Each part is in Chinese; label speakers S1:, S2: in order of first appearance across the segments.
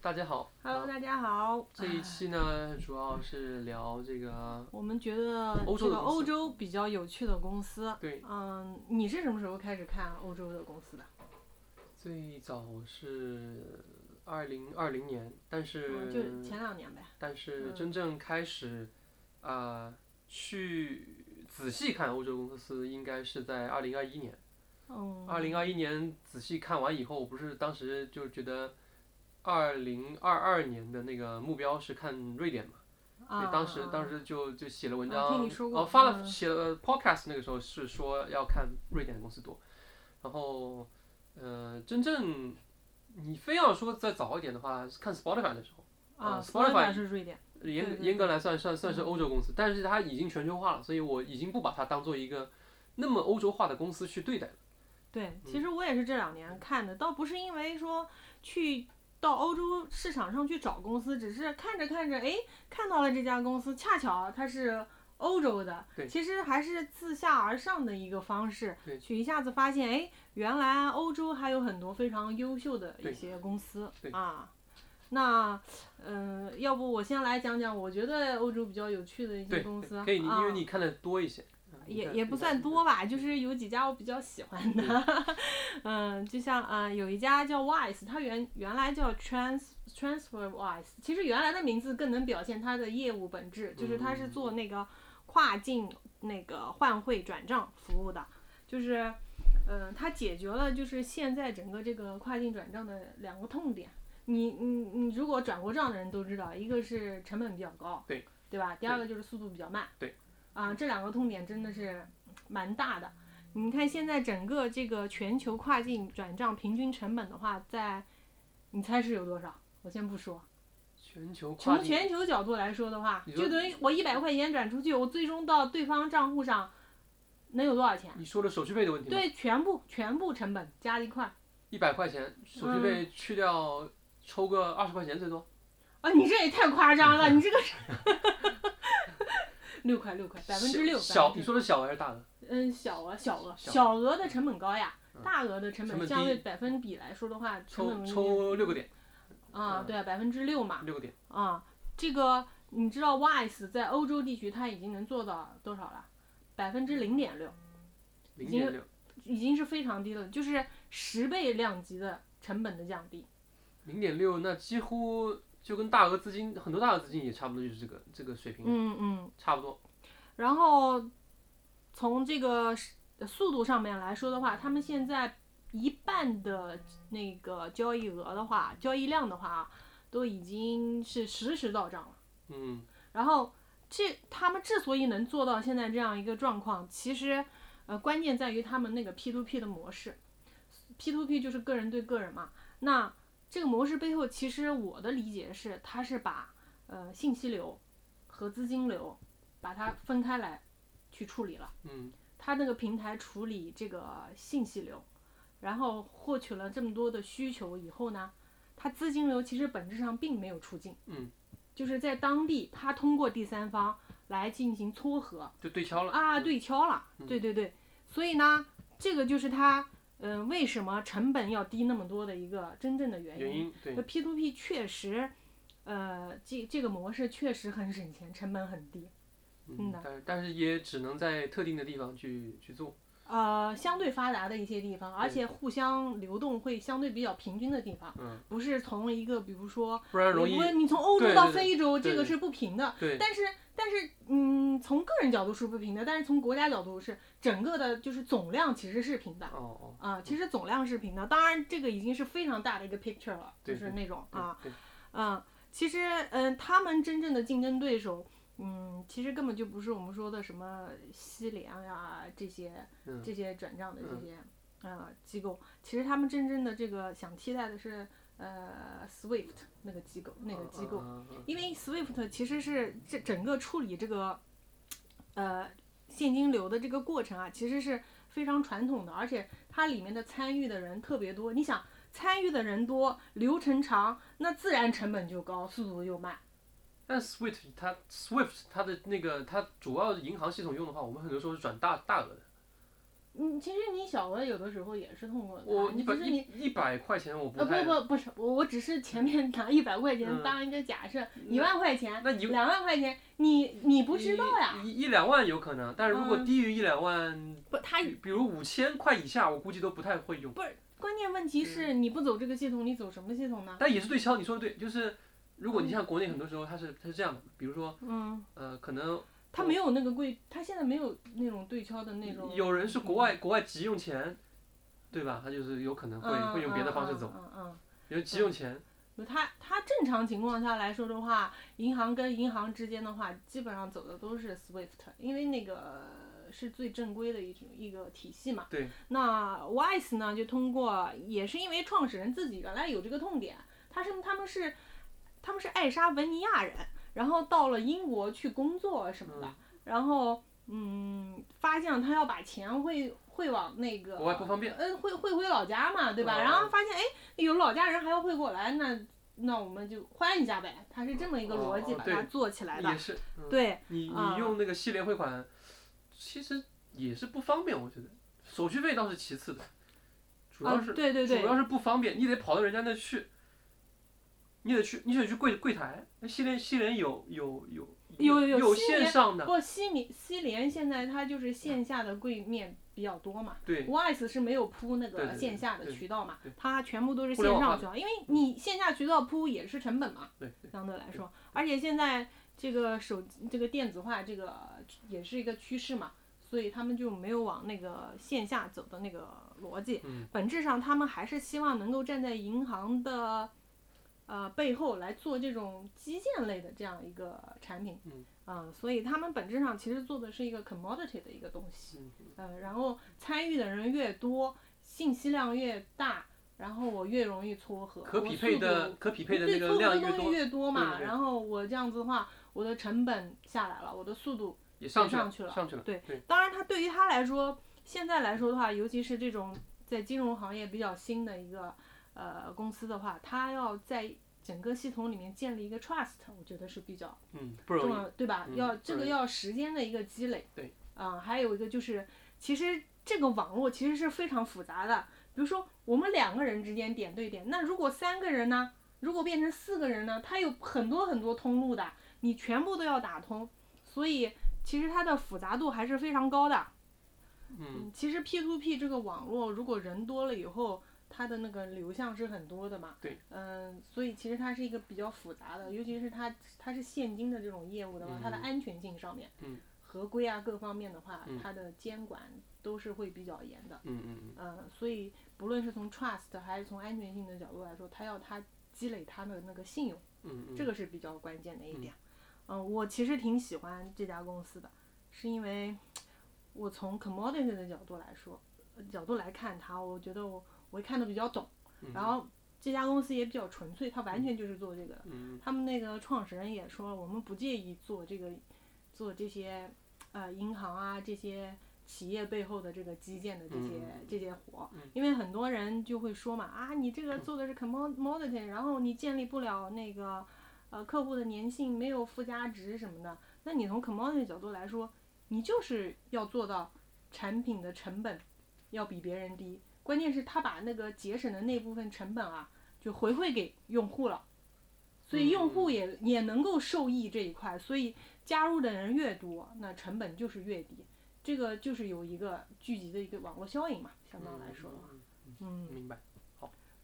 S1: 大家好
S2: Hello，
S1: 啊
S2: 大家好。
S1: 这一期呢，主要是聊这个，
S2: 我们觉得
S1: 欧洲
S2: 这
S1: 的
S2: 个
S1: 公司
S2: 欧洲比较有趣的公司，
S1: 对，
S2: 嗯，你是什么时候开始看欧洲的公司的？
S1: 最早是二零二零年，但
S2: 嗯，就是前两年呗。
S1: 但是
S2: 嗯
S1: 真正开始，啊，去仔细看欧洲公司，应该是在二零二一年。
S2: 嗯，
S1: 二零二一年仔细看完以后，不是当时就觉得，二零二二年的那个目标是看瑞典嘛？
S2: 啊，
S1: 对，当时
S2: 啊
S1: 当时就就写了文
S2: 啊
S1: 章，
S2: 听你说过
S1: 哦，发了
S2: 嗯
S1: 写了 podcast，那个时候是说要看瑞典的公司多，然后，呃，真正你非要说再早一点的话，是看 Spotify 的时候，
S2: 啊
S1: 啊，Spotify
S2: 是瑞典，
S1: 严
S2: 对对嗯
S1: 严格来算算算是欧洲公司，但是它已经全球化了，所以我已经不把它当做一个那么欧洲化的公司去对待了。
S2: 对，
S1: 嗯
S2: 其实我也是这两年看的，倒不是因为说去到欧洲市场上去找公司，只是看着看着，哎，看到了这家公司，恰巧它是欧洲的
S1: 对，
S2: 其实还是自下而上的一个方式
S1: 对，
S2: 去一下子发现，哎，原来欧洲还有很多非常优秀的
S1: 对
S2: 一些公司
S1: 对
S2: 啊。那，嗯、要不我先来讲讲，我觉得欧洲比较有趣的一些
S1: 对，
S2: 公
S1: 对
S2: 司
S1: 可以，你因为
S2: 啊
S1: 你看的多一些，嗯你
S2: 也
S1: 看
S2: 也
S1: 你
S2: 不
S1: 看
S2: 算多吧，就是有几家我比较喜欢的， 嗯，就像啊、呃有一家叫 Wise，它原原来叫 Trans Transfer Wise，其实原来的名字更能表现它的业务本
S1: 嗯
S2: 质，就是它是做那个跨境那个换汇转账服务的，就是嗯、呃它解决了就是现在整个这个跨境转账的两个痛点。你你你如果转过账的人都知道，一个是成本比较高，
S1: 对
S2: 对吧？第二个就是速度比较慢，
S1: 对
S2: 啊，这两个痛点真的是蛮大的。你看现在整个这个全球跨境转账平均成本的话，在你猜是有多少？我先不说，
S1: 全球跨
S2: 从
S1: 境
S2: 全球角度来说的话
S1: 你，说
S2: 就等于我一百块钱转出去，我最终到对方账户上能有多少钱？
S1: 你说的手续费的问题吗？
S2: 对，全部全部成本加一块。
S1: 一百块钱手续
S2: 嗯
S1: 费去掉，抽个二十块钱最多。
S2: 啊，你这也太夸张了，你这个是 六块六块，百分之六，
S1: 小
S2: 百分之六
S1: 你说的小还是大的？
S2: 嗯，小额小额
S1: 小
S2: 小额的成本高呀
S1: 嗯，
S2: 大额的成
S1: 成
S2: 本
S1: 本
S2: 相
S1: 低
S2: 对百分比来说的话，
S1: 抽
S2: 成本
S1: 抽六个点，
S2: 啊
S1: 嗯，
S2: 对啊，百分之六嘛
S1: 六个点，
S2: 啊，这个你知道 Wise 在欧洲地区它已经能做到多少了？百分之零点六，
S1: 零
S2: 已经
S1: 点六，
S2: 已经是非常低了，就是十倍量级的成本的降低。
S1: 零点六，那几乎就跟大额资金很多大额资金也差不多，就是这个这个水平，
S2: 嗯嗯，
S1: 差不多。
S2: 然后从这个是速度上面来说的话，他们现在一半的那个交易额的话，交易量的话啊，都已经是实时到账了。
S1: 嗯，
S2: 然后这他们之所以能做到现在这样一个状况，其实呃关键在于他们那个 P to P 的模式，P to P 就是个人对个人嘛。那这个模式背后，其实我的理解是，它是把呃信息流和资金流把它分开来去处理了。
S1: 嗯，
S2: 它那个平台处理这个信息流，然后获取了这么多的需求以后呢，它资金流其实本质上并没有出境，
S1: 嗯，
S2: 就是在当地它通过第三方来进行撮合
S1: 就对敲了
S2: 啊，，对敲了，
S1: 嗯
S2: 对对对，所以呢，这个就是它，嗯、为什么成本要低那么多的一个真正的原
S1: 原因对
S2: 那，P to P 确实，呃，这这个模式确实很省钱，成本很低。
S1: 嗯，但是但是也只能在特定的地方去去做。
S2: 呃，相对发达的一些地方，而且互相流动会相对比较平均的地方，
S1: 嗯，
S2: 不是从一个比如说，
S1: 不然
S2: 我
S1: 容易
S2: 问你从欧
S1: 对
S2: 洲
S1: 对
S2: 到
S1: 对
S2: 非洲，
S1: 对
S2: 这
S1: 对
S2: 个是不平的。
S1: 对
S2: 但是，但是，嗯，从个人角度是不平的，但是从国家角度是整个的，就是总量其实是平的。
S1: 哦哦，
S2: 啊、其实总量是平的，当然这个已经是非常大的一个 picture 了，就
S1: 对
S2: 是那种
S1: 对
S2: 啊，
S1: 对，
S2: 嗯，其实嗯，他们真正的竞争对手，嗯，其实根本就不是我们说的什么西联呀这些
S1: 嗯
S2: 这些转账的这些呃机构，其实他们真正的这个想替代的是呃 SWIFT 那个机构那个机构，
S1: 嗯，嗯嗯嗯
S2: 因为 SWIFT 其实是这整个处理这个呃现金流的这个过程啊，其实是非常传统的，而且它里面的参与的人特别多。你想，参与的人多，流程长，那自然成本就高，速度又慢。
S1: 但 Swift 它
S2: 啊
S1: Swift 它的那个它主要银行系统用的话，我们很多时候是转大大额的。
S2: 嗯，其实你小额有的时候也是通过它
S1: 我一
S2: 你
S1: 百
S2: 只是
S1: 一
S2: 你。
S1: 一百块钱我不
S2: 啊
S1: 太
S2: 不，不不是我，我只是前面拿一百块
S1: 嗯
S2: 钱当一个假设，
S1: 那
S2: 一万块钱、
S1: 那一
S2: 两万块钱，你你不知道呀？
S1: 一一一两万有可能，但是如果
S2: 嗯哎
S1: 低于一两万，
S2: 不，他
S1: 比比如五千块以下，我估计都不太会用。
S2: 关键问题是
S1: 嗯
S2: 你不走这个系统，你走什么系统呢？
S1: 但也是对消，你说的对，就是如果你像国内很多时候它是它是这样的，比如说
S2: 嗯，
S1: 呃，可能
S2: 他没有那个贵，他现在没有那种对敲的那种。嗯
S1: 有人是国外国外急用钱，对吧？他就是有可能会
S2: 嗯
S1: 会用别的方式走，
S2: 嗯嗯嗯嗯
S1: 比如急用钱，
S2: 就它它正常情况下来说的话，银行跟银行之间的话，基本上走的都是 SWIFT，因为那个是最正规的一种一个体系嘛。
S1: 对。
S2: 那 Wise 呢，就通过也是因为创始人自己原来有这个痛点，他是他们是他们是爱沙文尼亚人，然后到了英国去工作什么的，
S1: 嗯
S2: 然后嗯，发现他要把钱汇汇往那个
S1: 国外不方便，
S2: 嗯，汇汇回老家嘛，对吧？
S1: 哦
S2: 然后发现哎，有老家人还要汇过来，那那我们就换一下呗。它是这么一个逻辑
S1: 哦
S2: 把
S1: 对
S2: 它做起来的。
S1: 也是，嗯、
S2: 对，
S1: 你
S2: 啊
S1: 你用那个系列汇款，其实也是不方便，我觉得手续费倒是其次的，主
S2: 啊
S1: 要，是、
S2: 对对
S1: 主要
S2: 对，
S1: 是不方便，你得跑到人家那去，你得去，你得去柜柜台。那西联西联有有有
S2: 有有
S1: 有
S2: 西
S1: 线
S2: 联
S1: 上的，
S2: 不，西米西联现在它就是线下的柜面比较多嘛。
S1: 对
S2: Wise 是没有铺那
S1: 对对
S2: 个
S1: 对
S2: 线下的
S1: 对
S2: 渠道嘛
S1: 对，
S2: 它全部都是
S1: 互
S2: 线
S1: 联网化
S2: 上渠道，因为你线下渠道铺也是成本嘛，
S1: 对对，
S2: 相对来说，而且现在这个手这个电子化这个也是一个趋势嘛，所以他们就没有往那个线下走的那个逻辑，
S1: 嗯
S2: 本质上他们还是希望能够站在银行的呃背后来做这种基建类的这样一个产品，
S1: 嗯
S2: 啊、所以他们本质上其实做的是一个 commodity 的一个东西。
S1: 嗯
S2: 呃，然后参与的人越多，信息量越大，然后我越容易撮合，
S1: 可
S2: 我
S1: 匹
S2: 速
S1: 配的
S2: 度
S1: 可匹配的那
S2: 对撮
S1: 个
S2: 合
S1: 量
S2: 的
S1: 越
S2: 东西
S1: 多
S2: 越多嘛，
S1: 对对对
S2: 然后我这样子的话，我的成本下来了，我的速度，
S1: 也上去
S2: 上
S1: 了
S2: 去了
S1: 上去了，
S2: 对
S1: 对
S2: 当然它对于他来说，现在来说的话，尤其是这种在金融行业比较新的一个呃公司的话，它要在整个系统里面建立一个 trust，我觉得是比较
S1: 嗯不
S2: 重
S1: 容易，
S2: 要，对啊吧？
S1: 嗯
S2: 要
S1: 不
S2: 这个
S1: 容易
S2: 要时间的一个积累。
S1: 对。
S2: 啊、还有一个就是，其实这个网络其实是非常复杂的。比如说，我们两个人之间点对点，那如果三个人呢？如果变成四个人呢？它有很多很多通路的，你全部都要打通，所以其实它的复杂度还是非常高的。
S1: 嗯
S2: 嗯，其实 P to P 这个网络，如果人多了以后，它的那个流向是很多的嘛。
S1: 对。
S2: 嗯，所以其实它是一个比较复杂的，尤其是它它是现金的这种业务的话，它的
S1: 嗯
S2: 安全性上面，
S1: 嗯
S2: 合规啊各方面的话，
S1: 嗯
S2: 它的监管都是会比较严的。
S1: 嗯嗯
S2: 嗯，所以不论是从 trust 还是从安全性的角度来说，它要它积累它的那个信用。
S1: 嗯嗯，
S2: 这
S1: 个
S2: 个是比较关键的一
S1: 嗯
S2: 点。嗯、我其实挺喜欢这家公司的，是因为我从 commodity 的角度来说，呃角度来看它，我觉得我我会看得比较懂。
S1: 嗯
S2: 然后这家公司也比较纯粹，它完全就是做这个的。
S1: 嗯
S2: 他们那个创始人也说，我们不介意做这个，做这些呃银行啊这些企业背后的这个基建的这些、
S1: 嗯
S2: 这些活
S1: 嗯，
S2: 因为很多人就会说嘛，啊你这个做的是 commodity，然后你建立不了那个呃客户的粘性，没有附加值什么的，那你从 commodity 角度来说，你就是要做到产品的成本要比别人低，关键是他把那个节省的那部分成本啊，就回馈给用户了，所以用户也、也能够受益这一块，所以加入的人越多，那成本就是越低，这个就是有一个聚集的一个网络效应嘛，相当来说的话，，嗯
S1: 明白，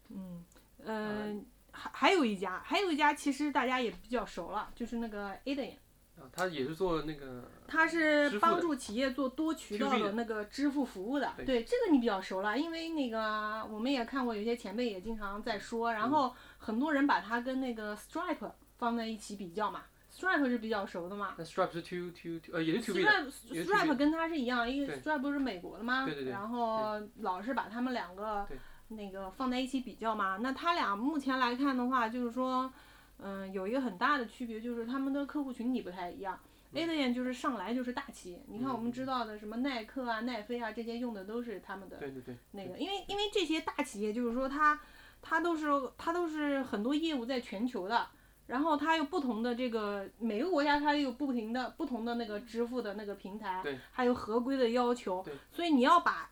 S2: 嗯呃，还还有一家，还有一家其实大家也比较熟了，就是那个 Adyen，
S1: 啊，他也是做那个
S2: 它
S1: 支付
S2: 是
S1: 的
S2: 帮助企业做多渠道
S1: 2B 的
S2: 的那个支付服务的。
S1: 对
S2: 对，这个你比较熟了，因为那个我们也看过，有些前辈也经常在说，
S1: 嗯
S2: 然后很多人把它跟那个 Stripe 放在一起比较嘛，Stripe 是比较熟的嘛。
S1: 那 Stripe 是 to to to 呃也是 to B 的，
S2: Stripe
S1: 也是 2B
S2: Stripe 跟它是一样，因为
S1: 对
S2: Stripe 不是美国的嘛，
S1: 对对对
S2: 然后老是把他们两个
S1: 对
S2: 那个放在一起比较嘛。那他俩目前来看的话，就是说，嗯、有一个很大的区别就是他们的客户群体不太一样。
S1: 嗯
S2: A 的眼就是上来就是大企业，你看我
S1: 嗯嗯
S2: 们知道的什么耐克啊、奈飞啊这些用的都是他们的
S1: 对对对，
S2: 那个，因为因为这些大企业就是说它它都是它都是很多业务在全球的，然后它有不同的这个每个国家它有不停的不同的那个支付的那个平台
S1: 对，
S2: 还有合规的要求
S1: 对，
S2: 所以你要把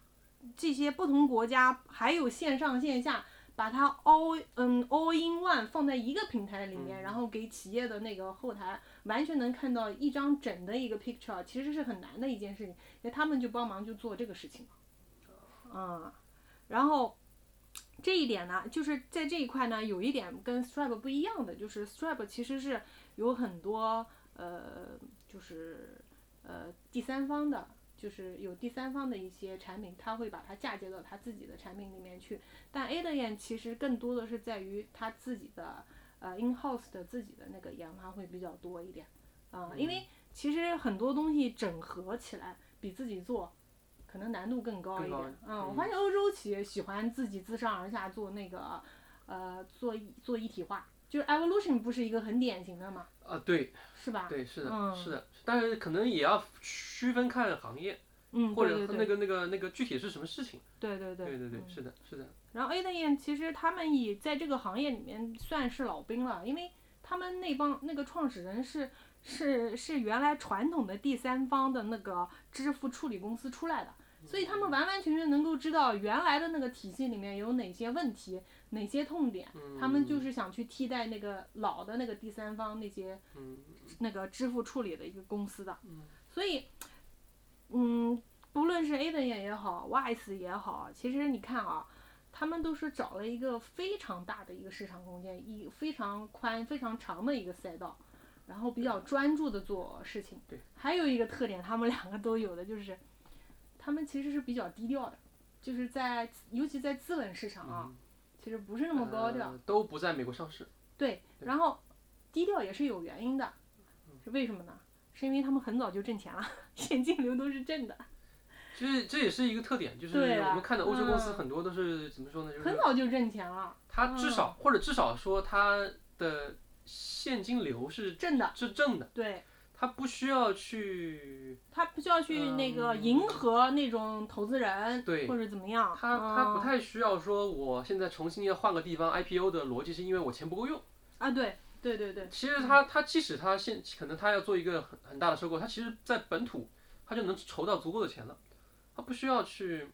S2: 这些不同国家还有线上线下，把它 all 嗯 all in one 放在一个平台里面，
S1: 嗯
S2: 然后给企业的那个后台完全能看到一张整的一个 picture，其实是很难的一件事情，那他们就帮忙就做这个事情了，啊、然后。这一点呢，就是在这一块呢，有一点跟 Stripe 不一样的，就是 Stripe 其实是有很多呃，就是呃第三方的，就是有第三方的一些产品，它会把它嫁接到它自己的产品里面去。但 Alien 其实更多的是在于它自己的呃 in house 的自己的那个研发会比较多一点啊、因为其实很多东西整合起来比自己做。可能难度更高
S1: 更
S2: 一点
S1: 高，
S2: 嗯，我
S1: 嗯
S2: 发现欧洲企业喜欢自己自上而下做那个，呃，做一做一体化，就是 evolution 不是一个很典型的嘛，
S1: 啊，对
S2: 是吧？
S1: 对是
S2: 嗯
S1: 的，是的，但是可能也要区分看行业
S2: 嗯，
S1: 或
S2: 对
S1: 者
S2: 对对
S1: 那个那个那个具体是什么事情。
S2: 对对对
S1: 对对对，
S2: 嗯
S1: 是的，是的，
S2: 然后 Alien 其实他们也在这个行业里面算是老兵了，因为他们那帮那个创始人是是是原来传统的第三方的那个支付处理公司出来的，
S1: 嗯
S2: 所以他们完完全全能够知道原来的那个体系里面有哪些问题、哪些痛点，
S1: 嗯
S2: 他们就是想去替代那个老的那个第三方那些
S1: 嗯
S2: 那个支付处理的一个公司的。
S1: 嗯
S2: 所以，嗯，不论是 Aiden 也好，Wise 也好，其实你看啊，他们都是找了一个非常大的一个市场空间，一非常宽、非常长的一个赛道，然后比较专注的做事情。
S1: 对。
S2: 还有一个特点，他们两个都有的就是，他们其实是比较低调的，就是在尤其在资本市场啊，
S1: 嗯
S2: 其实不是那么高调。
S1: 呃都不在美国上市。
S2: 对，
S1: 对
S2: 然后低调也是有原因的，
S1: 嗯
S2: 是为什么呢？是因为他们很早就挣钱了，现金流都是正的，
S1: 其实这也是一个特点，就是
S2: 对啊
S1: 我们看的欧洲公司
S2: 嗯
S1: 很多都是、怎么说呢？就
S2: 很
S1: 是
S2: 早就挣钱了，
S1: 它至少、或者至少说它的现金流是
S2: 正的。
S1: 是正的，
S2: 对，
S1: 它不需要去
S2: 他不需要去那个
S1: 嗯
S2: 迎合那种投资人，
S1: 对
S2: 或者怎么样。
S1: 它它不
S2: 嗯
S1: 太需要说我现在重新要换个地方 IPO 的逻辑是因为我钱不够用。
S2: 啊，对对对对，
S1: 其实它它即使它现可能它要做一个很很大的收购，它其实在本土它就能筹到足够的钱了，它不需要去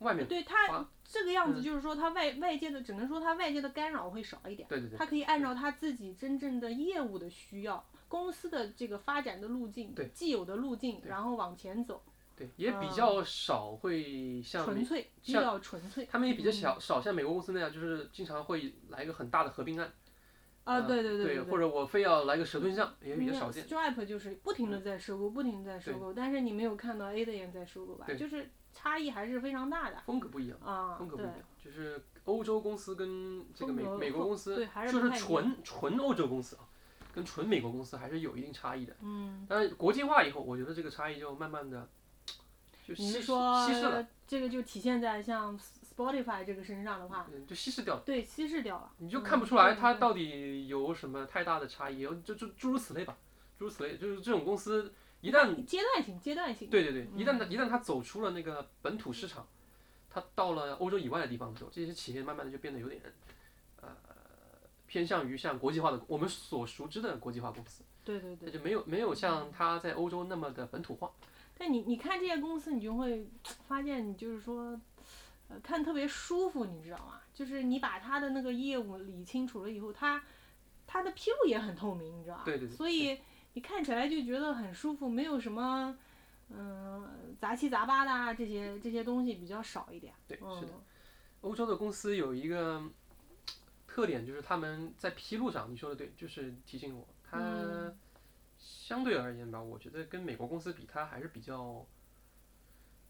S1: 外面。
S2: 对他
S1: 花
S2: 这个样子
S1: 嗯
S2: 就是说，他外外界的只能说他外界的干扰会少一点。
S1: 对对对
S2: 他可以按照他自己真正的业务的需要、公司的这个发展的路径
S1: 对、
S2: 既有的路径，
S1: 对
S2: 然后往前走，
S1: 对，也比较少会像
S2: 纯
S1: 美
S2: 粹，比
S1: 像
S2: 较纯粹。
S1: 他们也比较
S2: 嗯
S1: 小少像美国公司那样，就是经常会来一个很大的合并案
S2: 啊，对对
S1: 嗯对
S2: 对
S1: 或者我非要来个蛇吞象，也比
S2: 你
S1: 较
S2: 看
S1: 少见。嗯
S2: Stripe 就是不停的在收购，不停的在收
S1: 对
S2: 购，但是你没有看到 A 的也在收购吧？
S1: 对
S2: 就是差异还是非常大的
S1: 风格不一样，
S2: 啊
S1: 风格，不一
S2: 对
S1: 样，就是欧洲公司跟这个美
S2: 风格
S1: 美国公司，
S2: 对，还
S1: 就是
S2: 不
S1: 是
S2: 太一样。
S1: 纯纯欧洲公司啊，跟纯美国公司还是有一定差异的。
S2: 嗯，
S1: 但是国际化以后，我觉得这个差异就慢慢的就
S2: 你
S1: 稀
S2: 是
S1: 释
S2: 说
S1: 稀释了，
S2: 这个就体现在像 Spotify 这个身上的话，
S1: 嗯，就稀释掉了，
S2: 对稀释掉了，
S1: 你就
S2: 嗯
S1: 看不出来
S2: 对
S1: 它
S2: 对
S1: 到底有什么太大的差异，就就诸如此类吧，诸如此类，就是这种公司一旦
S2: 阶段性，阶段性，
S1: 对对对，一旦它
S2: 嗯
S1: 一旦它走出了那个本土市场，它到了欧洲以外的地方的时候，这些企业慢慢的就变得有点，呃，偏向于像国际化的我们所熟知的国际化公司，
S2: 对对
S1: 那
S2: 对。
S1: 就没有没有
S2: 嗯
S1: 像它在欧洲那么的本土化。
S2: 但你你看这些公司，你就会发现，你就是说，呃，看特别舒服，你知道吗？就是你把他的那个业务理清楚了以后，他他的披露也很透明，你知道吧？
S1: 对对对
S2: 所以你看起来就觉得很舒服，没有什么嗯、杂七杂八的啊，这些这些东西比较少一点。
S1: 对，
S2: 嗯
S1: 是的，欧洲的公司有一个嗯特点，就是他们在披露上，你说的对，就是提醒我，它
S2: 嗯
S1: 相对而言吧，我觉得跟美国公司比，它还是比较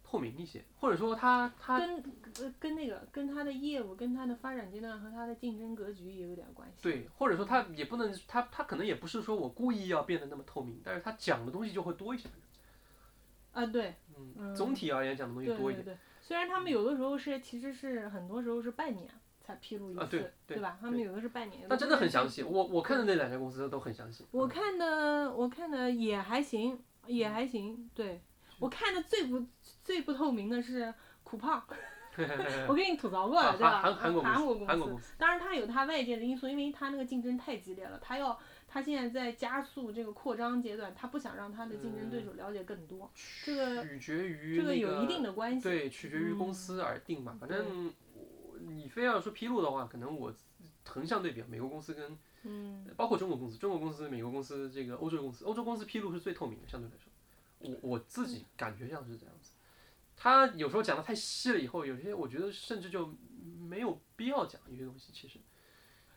S1: 透明一些，或者说它它
S2: 跟呃跟那个跟他的业务、跟他的发展阶段和他的竞争格局也有点关系。
S1: 对，或者说他也不能，他他可能也不是说我故意要变得那么透明，但是他讲的东西就会多一些，
S2: 啊，对嗯
S1: 嗯，总体而言讲的东西
S2: 对
S1: 多一
S2: 对
S1: 点，嗯
S2: 对，虽然他们有的时候是其实是很多时候是半年才披露一次，
S1: 啊对对
S2: 吧？他们有的是半年，有
S1: 但真的很详
S2: 细。
S1: 细。我我看的那两家公司都很详细，
S2: 我
S1: 嗯
S2: 看的我看的也还行，也还行。对我看的最不最不透明的是苦胖，我跟你吐槽过了，
S1: 嗯啊
S2: 对吧？
S1: 韩韩国公司
S2: 韩国公
S1: 韩国
S2: 司
S1: 公司，
S2: 当然它有它外界的因素，因为它那个竞争太激烈了，它要它现在在加速这个扩张阶段，它不想让它的竞争对手了解更多，这个
S1: 取决于
S2: 这
S1: 嗯那个
S2: 有一定的关系。嗯
S1: 对，取决于公司而定吧。反正我你非要说披露的话，可能我横向对比，啊美国公司跟
S2: 嗯，
S1: 包括中国公司、中国公司、美国公司、这个欧洲公司，欧洲公司披露是最透明的，相对来说，我我自
S2: 嗯
S1: 己感觉上是这样子。他有时候讲的太细了，以后有些我觉得甚至就没有必要讲有些东西，其实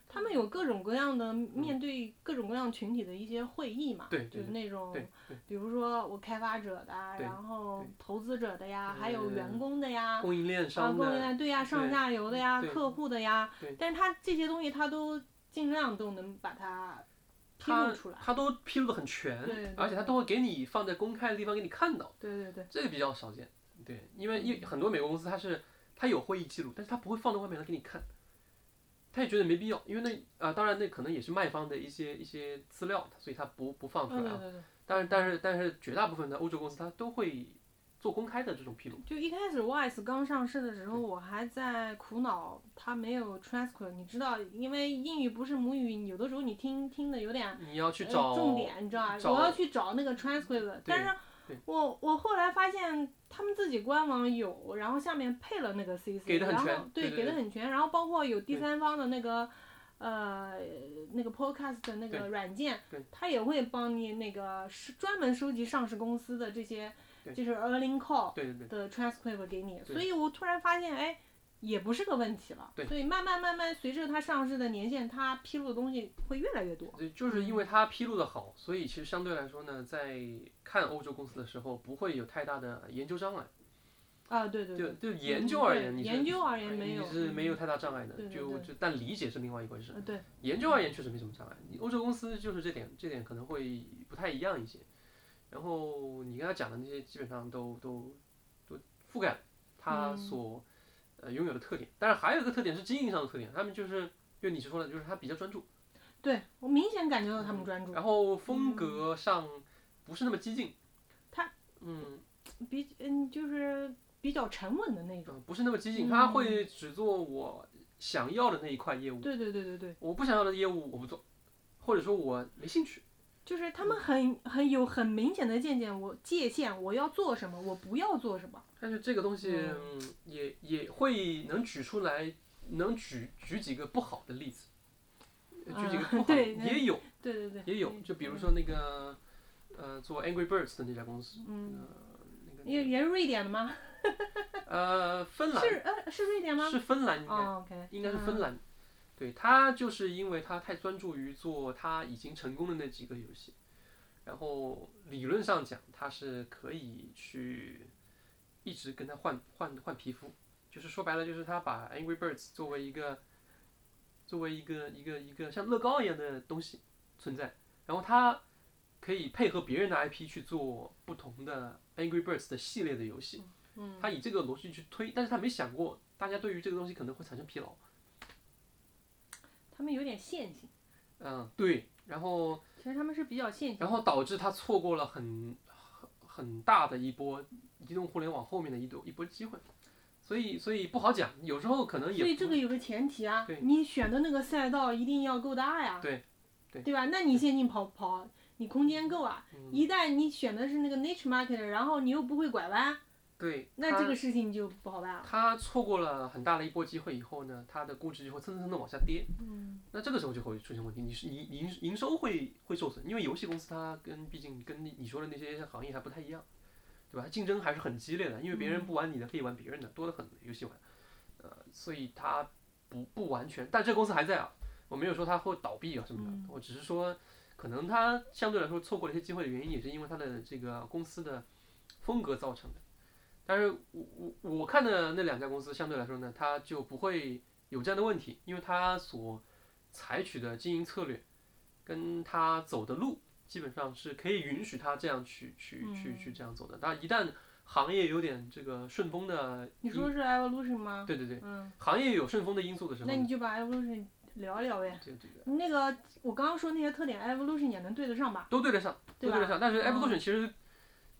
S2: 他们有各种各样的面对各种各样群体的一些会议嘛，
S1: 嗯对
S2: 就
S1: 对
S2: 是那种
S1: 对对
S2: 比如说我开发者的啊，
S1: 对
S2: 然后
S1: 对
S2: 投资者的呀，还有
S1: 嗯
S2: 员工的呀，
S1: 供应链
S2: 啊，
S1: 商
S2: 供应
S1: 的，
S2: 链对呀，上
S1: 对
S2: 下游的呀，
S1: 对
S2: 客户的呀
S1: 对，
S2: 但是他这些东西他都尽量都能把它披
S1: 他
S2: 露出来。
S1: 他都披露的很全
S2: 对对，
S1: 而且他都会给你放在公开的地方给你看到。
S2: 对对对，
S1: 这个比较少见，对，因为因为很多美国公司它是它有会议记录，但是它不会放到外面来给你看，他也觉得没必要，因为那啊、当然那可能也是卖方的一些一些资料，所以他不不放出来
S2: 嗯对
S1: 啊。
S2: 对对，
S1: 但是但是但是绝大部分的欧洲公司它都会做公开的这种披露，
S2: 就一开始 Wise 刚上市的时候，我还在苦恼它没有 transcript，你知道，因为英语不是母语，你有的时候你听听的有点
S1: 你要去
S2: 呃
S1: 找、
S2: 重点，你知道吧？
S1: 找
S2: 我要去找那个 transcript，但是
S1: 对
S2: 我我后来发现他们自己官网有，然后下面配了那个 CC，
S1: 给得很
S2: 然后
S1: 全对对
S2: 给的
S1: 对
S2: 很全，然后包括有第
S1: 对
S2: 三方的那个。呃，那个 Podcast 的那个
S1: 对
S2: 软件
S1: 对，
S2: 它也会帮你那个是专门收集上市公司的这些，
S1: 对
S2: 就是 earning call
S1: 对对对，
S2: 的 transcript 给你，
S1: 对
S2: 所以我突然发现，哎，也不是个问题了。
S1: 对
S2: 所以慢慢慢慢，随着它上市的年限，它披露的东西会越来越多。
S1: 对，就是因为它披露的好，所以其实相对来说呢，在看欧洲公司的时候不会有太大的研究障碍。
S2: 啊，对对对
S1: 就就研
S2: 嗯
S1: 究而
S2: 对
S1: 言，你是
S2: 研究而言没有
S1: 你是没有
S2: 嗯
S1: 太大障碍的
S2: 对，对
S1: 就
S2: 对
S1: 就但理解是另外一回事。
S2: 呃，对，
S1: 研究而言确实没什么障碍，你欧洲公司就是这点，这点可能会不太一样一些。然后你刚才讲的那些基本上都都都覆盖了它
S2: 嗯
S1: 所、呃拥有的特点，但是还有一个特点是经营上的特点，他们就是就你说的，就是他比较专注，
S2: 对我明显感觉到他们专注，
S1: 然后风格
S2: 嗯
S1: 上不是那么激进，
S2: 它
S1: 嗯、
S2: 比嗯就是比较沉稳的那种。
S1: 呃不是那么激进，
S2: 嗯
S1: 他会只做我想要的那一块业务。
S2: 对对对对对，
S1: 我不想要的业务我不做，或者说我没兴趣。
S2: 就是他
S1: 嗯
S2: 们很很有很明显的见解，我界限，我要做什么，我不要做什么。
S1: 但是这个东西、
S2: 嗯
S1: 嗯也也会能举出来，能举举几个不好的例子，呃举几个
S2: 啊
S1: 不好的、
S2: 对那
S1: 也有
S2: 对对对，嗯
S1: 也有，就比如说那个呃做 Angry Birds 的那家公司，呃
S2: 嗯，
S1: 那个
S2: 也也是瑞典的吗？
S1: 呃芬兰
S2: 是呃是瑞典吗？
S1: 是芬兰应该、
S2: 哦，OK，
S1: 应该是
S2: 嗯
S1: 芬兰。对他就是因为他太专注于做他已经成功的那几个游戏，然后理论上讲他是可以去一直跟他换换换皮肤，就是说白了就是他把 Angry Birds 作为一个作为一个一个一个像乐高一样的东西存在，然后他可以配合别人的 IP 去做不同的 Angry Birds 的系列的游戏，
S2: 嗯
S1: 他以这个逻辑去推，但是他没想过大家对于这个东西可能会产生疲劳。
S2: 他们有点线性，
S1: 嗯，对，然后
S2: 其实他们是比较线性。
S1: 然后导致他错过了很很很大的一波移动互联网后面的一朵一波机会，所以所以不好讲，有时候可能也
S2: 所以
S1: 不
S2: 这个有个前提啊
S1: 对，
S2: 你选的那个赛道一定要够大呀，
S1: 对对
S2: 吧？那你先进跑跑，你空间够啊。
S1: 嗯
S2: 一旦你选的是那个 niche market，然后你又不会拐弯，
S1: 对，
S2: 那
S1: 他
S2: 这个事情就不好办了。
S1: 他错过了很大的一波机会以后呢，他的估值就会蹭蹭蹭的往下跌，
S2: 嗯，
S1: 那这个时候就会出现问题，你是你你营营收会会受损，因为游戏公司它跟毕竟跟你你说的那些行业还不太一样，对吧？它竞争还是很激烈的，因为别人不玩你的，可以玩别人的，多得很游戏玩，呃，所以它不不完全，但这公司还在啊，我没有说它会倒闭啊什么的，
S2: 嗯
S1: 我只是说可能它相对来说错过了一些机会的原因，也是因为它的这个公司的风格造成的。但是我我我看的那两家公司相对来说呢，它就不会有这样的问题，因为它所采取的经营策略，跟它走的路，基本上是可以允许它这样去去去
S2: 嗯
S1: 去这样走的。但一旦行业有点这个顺风的
S2: 你
S1: 因，
S2: 说是 evolution 吗？
S1: 对对对，
S2: 嗯，
S1: 行业有顺风的因素的时候
S2: 那
S1: 呢，
S2: 你就把 evolution 聊一聊呗。
S1: 对对对，
S2: 那个我刚刚说那些特点，evolution 也能对得上吧？
S1: 都对得上。
S2: 对
S1: 都对得
S2: 吧？
S1: 上。但是
S2: 嗯
S1: evolution 其实，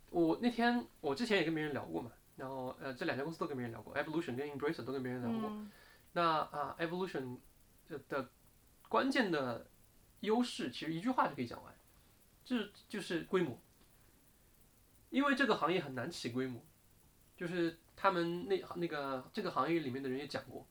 S1: 我那天我之前也跟别人聊过嘛，然后呃这两家公司都跟别人聊过，Evolution 跟 Embracer 都跟别人聊过。
S2: 嗯
S1: 那啊、e 呃 v o l u t i o n 的关键的优势其实一句话就可以讲完，这就是规模，因为这个行业很难起规模，就是他们那那个这个行业里面的人也讲过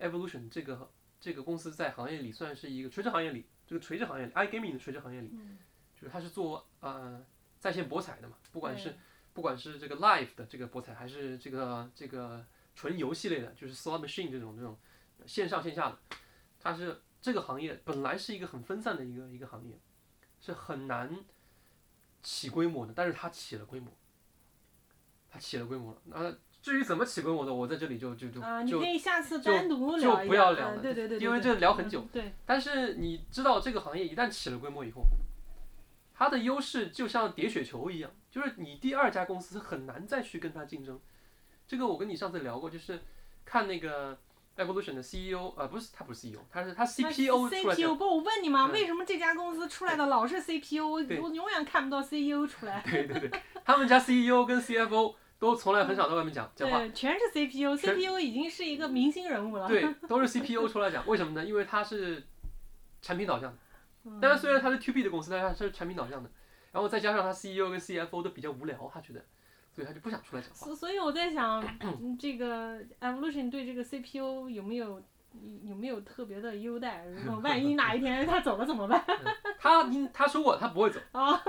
S1: ，Evolution 这个这个公司在行业里算是一个垂直行业里，这个垂直行业里，iGaming 的垂直行业里，
S2: 嗯
S1: 就是它是做呃在线博彩的嘛，不管是不管是这个 live 的这个博彩，还是这个这个纯游戏类的，就是 slot machine 这种这种呃线上线下的，它是这个行业本来是一个很分散的一个一个行业，是很难起规模的，但是它起了规模，它起了规模了。那至于怎么起规模的，我在这里就就就
S2: 啊，你
S1: 就
S2: 可以下次
S1: 就
S2: 单独
S1: 就
S2: 聊一
S1: 不要
S2: 下，
S1: 聊
S2: 嗯
S1: 了，
S2: 对对对，
S1: 因为
S2: 对嗯
S1: 这聊很久。。
S2: 对，
S1: 但是你知道，这个行业一旦起了规模以后，它的优势就像叠雪球一样，就是你第二家公司很难再去跟它竞争。这个我跟你上次聊过，就是看那个 Evolution 的 CEO，呃，不是他不是 CEO，他是他 CPO 出来
S2: CPU
S1: 讲，
S2: 不，我问你嘛，
S1: 嗯
S2: 为什么这家公司出来的老是 CPU？我
S1: 对
S2: 我永远看不到 CEO 出来。
S1: 对对对，他们家 CEO 跟 CFO 都从来很少在外面讲讲话，
S2: 对，全是 CPU，CPU
S1: 全嗯
S2: 已经是一个明星人物了。
S1: 对，都是 CPO 出来讲，为什么呢？因为他是产品导向的。
S2: 嗯，
S1: 但是虽然它是 to B 的公司，但是它是产品导向的，然后再加上它 CEO 跟 CFO 都比较无聊，他觉得，所以他就不想出来讲话。
S2: 所所以我在 想，嗯这个 Evolution 对这个 CPU 有没有有没有特别的优待？如 果万一哪一天他走了怎么办？
S1: 他因他说过他不会 走
S2: 啊，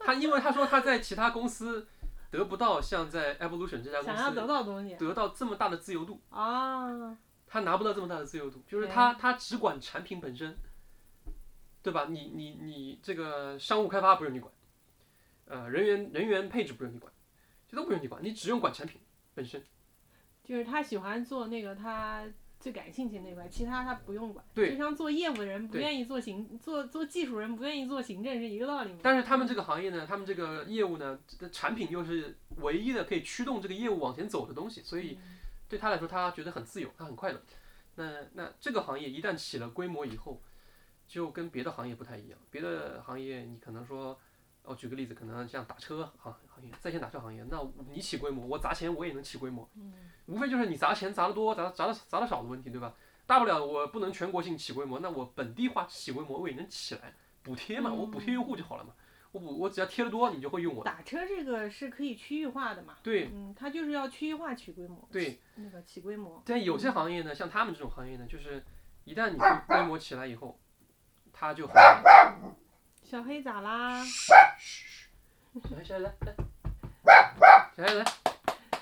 S1: 他因为他说他在其他公司得不到像在 Evolution 这家
S2: 想要得
S1: 公司
S2: 到东西
S1: 得到这么大的自由度，
S2: 啊，
S1: 他拿不到这么大的自由度，就是
S2: 对
S1: 他他只管产品本身，对吧？你你你这个商务开发不用你管，呃，人员人员配置不用你管，这都不用你管，你只用管产品本身。
S2: 就是他喜欢做那个他最感兴趣那块，其他他不用管。
S1: 对
S2: 就像做业务人不
S1: 对
S2: 愿意做行，做做技术人不愿意做行政是一个道理嘛。
S1: 但是他们这个行业呢，他们这个业务呢，这个产品又是唯一的可以驱动这个业务往前走的东西，所以对他来说，他觉得很自由，他很快乐。那那这个行业一旦起了规模以后，就跟别的行业不太一样。别的行业你可能说，哦，举个例子，可能像打车行行业，在线打车行业，那你起规模，我砸钱我也能起规模，无非就是你砸钱砸得多，砸得砸得砸得少的问题，对吧？大不了我不能全国性起规模，那我本地化起规模我也能起来，补贴嘛，我补贴用户就好了嘛，我补我只要贴得多，你就会用我的。
S2: 打车这个是可以区域化的嘛？
S1: 对
S2: 嗯，它就是要区域化起规模。
S1: 对，
S2: 那个起规模。
S1: 但有些行业呢，像他们这种行业呢，就是一旦你规规模起来以后，它就很难。
S2: 小黑咋啦？
S1: 来，小黑来来，小黑来，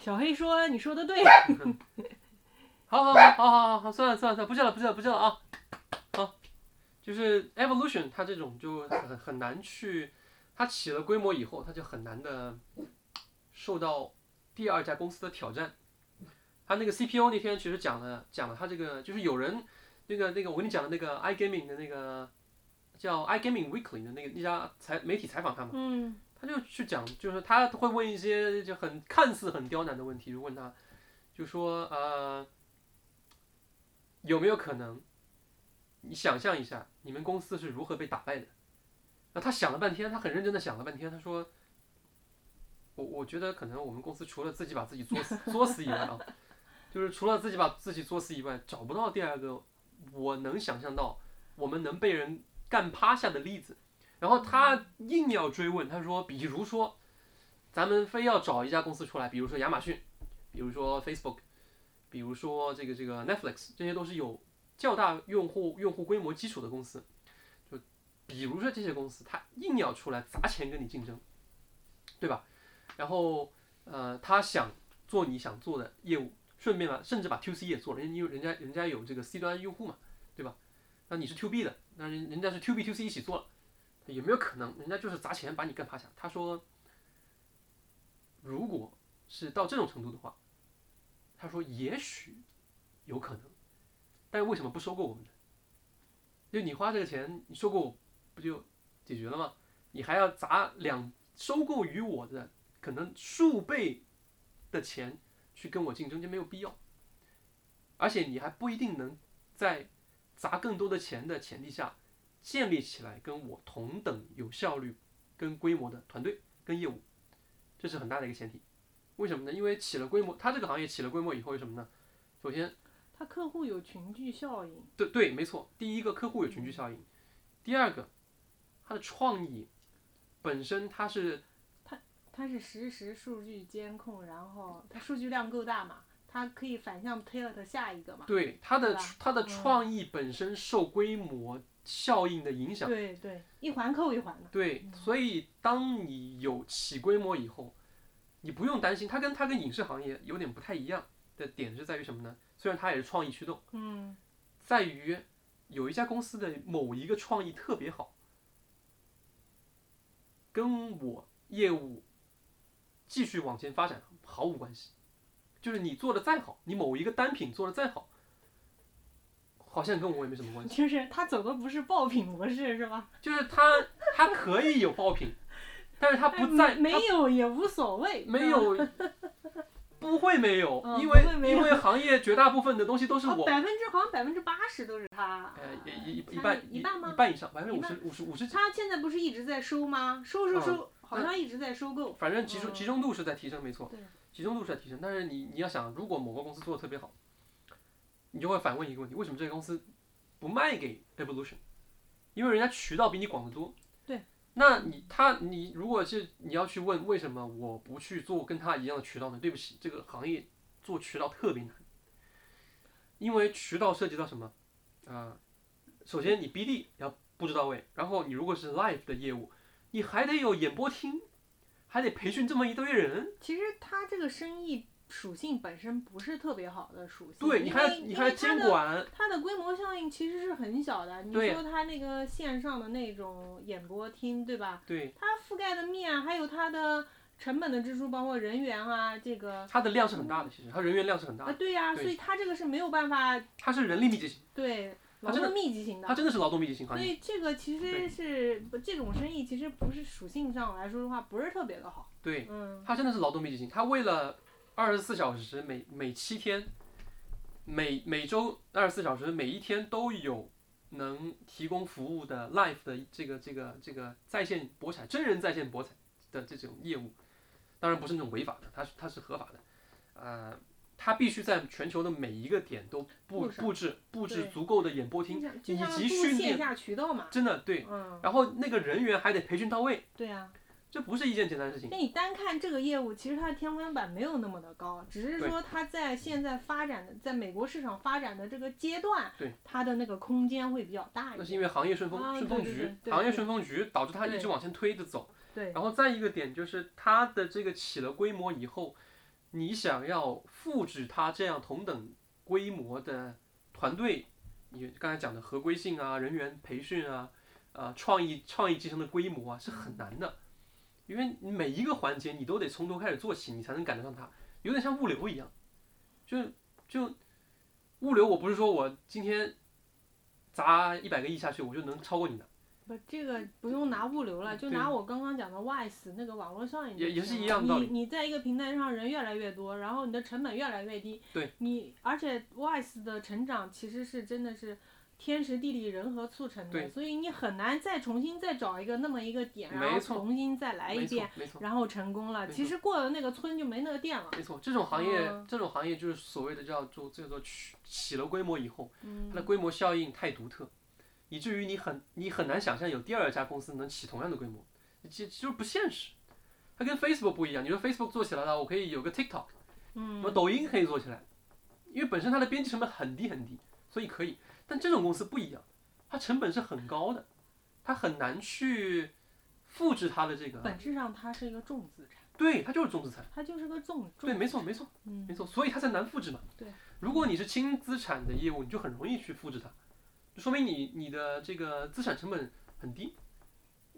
S2: 小黑说：“你说 的对。
S1: 好好好好好好，算了算了算了，不叫了不叫了不叫了啊，好，就是 evolution 它这种就很很难去，它起了规模以后，它就很难的受到第二家公司的挑战。他那个 CPO 那天其实讲了讲了他这个，就是有人那个那个我跟你讲的那个 iGaming 的那个叫 iGaming Weekly 的那个那家采媒体采访他嘛。”
S2: 嗯，
S1: 他就去讲，就是他会问一些就很看似很刁难的问题，就问他，就说呃，有没有可能，你想象一下，你们公司是如何被打败的？那他想了半天，他很认真的想了半天，他说，我我觉得可能我们公司除了自己把自己作死作死以外啊，就是除了自己把自己作死以外，找不到第二个我能想象到我们能被人干趴下的例子。然后他硬要追问，他说，比如说，咱们非要找一家公司出来，比如说亚马逊，比如说 Facebook，比如说这个这个 Netflix，这些都是有较大用户用户规模基础的公司，就比如说这些公司，他硬要出来砸钱跟你竞争，对吧？然后呃，他想做你想做的业务，顺便把甚至把 To C 也做了，因为人家人家有这个 C 端用户嘛，对吧？那你是 To B 的，那人人家是 To B To C 一起做了。有没有可能人家就是砸钱把你干趴下？他说，如果是到这种程度的话，他说也许有可能，但为什么不收购我们呢？就你花这个钱，你收购我不就解决了吗？你还要砸两收购于我的可能数倍的钱去跟我竞争，就没有必要。而且你还不一定能在砸更多的钱的前提下建立起来跟我同等有效率、跟规模的团队跟业务，这是很大的一个前提。为什么呢？因为起了规模，它这个行业起了规模以后是什么呢？首先，
S2: 它客户有群聚效应，
S1: 对对，没错，第一个客户有群聚效应，第二个，它的创意本身它是
S2: 它是实时数据监控，然后它数据量够大嘛，它可以反向推 e 下一个嘛。
S1: 对它的
S2: 对吧
S1: 它的
S2: 嗯
S1: 创意本身受规模效应的影响。
S2: 对对，一环扣一环的。
S1: 对，所以当你有起规模以后，你不用担心，它跟它跟影视行业有点不太一样的点是在于什么呢？虽然它也是创意驱动，
S2: 嗯，
S1: 在于有一家公司的某一个创意特别好，跟我业务继续往前发展毫无关系。就是你做的再好，你某一个单品做的再好，好像跟我也没什么关系。
S2: 就是它走的不是爆品模式是吧？
S1: 就是它，它可以有爆品，但是它
S2: 哎
S1: 不 在，
S2: 没
S1: 它
S2: 没有也无所谓。
S1: 没
S2: 是吧。
S1: 有， 不会没有，
S2: 嗯
S1: 因
S2: 不
S1: 为
S2: 会没有
S1: 因为行业绝大部分的东西都是
S2: 啊
S1: 我，
S2: 百分之好像百分之八十都是它。
S1: 呃，一一一
S2: 它
S1: 半
S2: 一半吗
S1: 一半以上，百分之
S2: 一
S1: 五
S2: 半
S1: 十五十五十几，
S2: 它现在不是一直在收吗？收
S1: 哦
S2: 收收，好
S1: 那
S2: 像一直在收购。
S1: 反正集中集
S2: 嗯
S1: 中度是在提升，没错
S2: 对，
S1: 集中度是在提升。但是你你要想，如果某个公司做的特别好，你就会反问一个问题：为什么这个公司不卖给 Evolution？因为人家渠道比你广得多。
S2: 对。
S1: 那你他你如果是你要去问为什么我不去做跟他一样的渠道呢？对不起，这个行业做渠道特别难，因为渠道涉及到什么啊、首先你 BD 要布置到位，然后你如果是 live 的业务，你还得有演播厅，还得培训这么一堆人，
S2: 其实它这个生意属性本身不是特别好的属性，
S1: 对你
S2: 因
S1: 还要
S2: 为
S1: 你
S2: 嗯因
S1: 还要
S2: 为它
S1: 监
S2: 的
S1: 管，
S2: 它的规模效应其实是很小的。你
S1: 对
S2: 说它那个线上的那种演播厅，对吧？
S1: 对
S2: 它覆盖的面还有它的成本的支出，包括人员啊，这个
S1: 它的量是很大的，其实它人员量是很大
S2: 啊，
S1: 的，
S2: 对呀、
S1: 对
S2: 所以它这个是没有办法
S1: 它是人力密集型，
S2: 对
S1: 它
S2: 劳
S1: 这个
S2: 动密集型的
S1: 它。真的是劳动密集型
S2: 所
S1: 行业。
S2: 以这个其
S1: 对
S2: 实是不这种生意，其实不是属性上来说的话，不是特别的好。
S1: 对，
S2: 嗯，
S1: 它真的是劳动密集型，它为了二十四小时每每七天，每每周二十四小时每一天都有能提供服务的 live 的这个这个这个在线博彩真人在线博彩的这种业务，当然不是那种违法的，它是它是合法的，呃。它必须在全球的每一个点都布
S2: 布上
S1: 布置布置
S2: 对
S1: 足够的演播厅
S2: 就，像
S1: 以
S2: 就像
S1: 及
S2: 做
S1: 训练
S2: 线下渠道嘛。
S1: 真的对，
S2: 嗯，
S1: 然后那个人员还得培训到位，
S2: 对啊。
S1: 这不是一件简单的事情。
S2: 那你单看这个业务，其实它的天花板没有那么的高，只是
S1: 对
S2: 说它在现在发展的，在美国市场发展的这个阶段，
S1: 对
S2: 它的那个空间会比较大
S1: 那是
S2: 一点。
S1: 因为行业顺风、
S2: 啊
S1: 顺
S2: 对
S1: 风
S2: 对
S1: 局
S2: 对，对
S1: 行业
S2: 对
S1: 顺风局导致它一直
S2: 对
S1: 往前推着走。
S2: 对
S1: 然后再一个点就是它的这个起了规模以后，你想要复制它这样同等规模的团队，你刚才讲的合规性啊、人员培训啊、呃创意创意集成的规模啊是很难的，因为你每一个环节你都得从头开始做起，你才能赶得上它，有点像物流一样，就就物流，我不是说我今天砸一百个亿下去，我就能超过你的，
S2: 不，这个不用拿物流了，就
S1: 对
S2: 拿我刚刚讲的 WISE 那个网络效应就
S1: 也也是
S2: 行
S1: 一
S2: 了
S1: 样的道理
S2: 你你在一个平台上人越来越多，然后你的成本越来越低。
S1: 对。
S2: 你而且 WISE 的成长其实是真的是天时地利人和促成
S1: 对
S2: 的，所以你很难再重新再找一个那么一个点，然
S1: 没
S2: 后
S1: 错
S2: 重新再来
S1: 没
S2: 一遍
S1: 错。没错。
S2: 然后成功了。
S1: 没
S2: 其
S1: 错
S2: 实过了那个村就没那个店了。
S1: 没错，这种行业，
S2: 嗯
S1: 这种行业就是所谓的叫做叫做起起了规模以后，
S2: 嗯
S1: 它的规模效应太独特，以至于你很你很难想象有第二家公司能起同样的规模，其就是不现实。它跟 Facebook 不一样，你说 Facebook 做起来了，我可以有个 TikTok，那么
S2: 嗯，
S1: 抖音可以做起来，因为本身它的编辑成本很低很低，所以可以。但这种公司不一样，它成本是很高的，它很难去复制它的这个，
S2: 本质上它是一个重资产，
S1: 对，它就是重资产，
S2: 它就是个重重。
S1: 对，没错没错。
S2: 嗯
S1: 没错，所以它才难复制嘛。
S2: 对，
S1: 如果你是轻资产的业务，你就很容易去复制它，就说明你你的这个资产成本很低，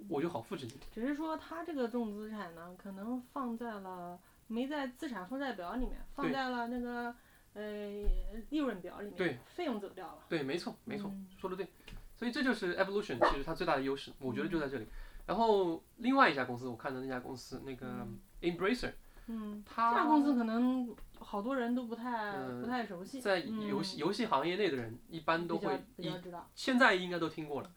S1: 我就好复制你。
S2: 只是说它这个重资产呢，可能放在了没在资产负债表里面，放
S1: 对
S2: 在了那个呃利润表里面，
S1: 对，
S2: 费用走掉了。
S1: 对，没错，没错，
S2: 嗯
S1: 说的对。所以这就是 Evolution 其实它最大的优势，我觉
S2: 嗯
S1: 得就在这里。然后另外一家公司，我看的那家公司那个 Embracer，
S2: 嗯，这家公
S1: 它
S2: 司可能好多人都不太、
S1: 嗯
S2: 不太熟悉，
S1: 在游戏游戏行业内的人一般都
S2: 嗯比较
S1: 会
S2: 比
S1: 一
S2: 较知道。
S1: 现在应该都听过了，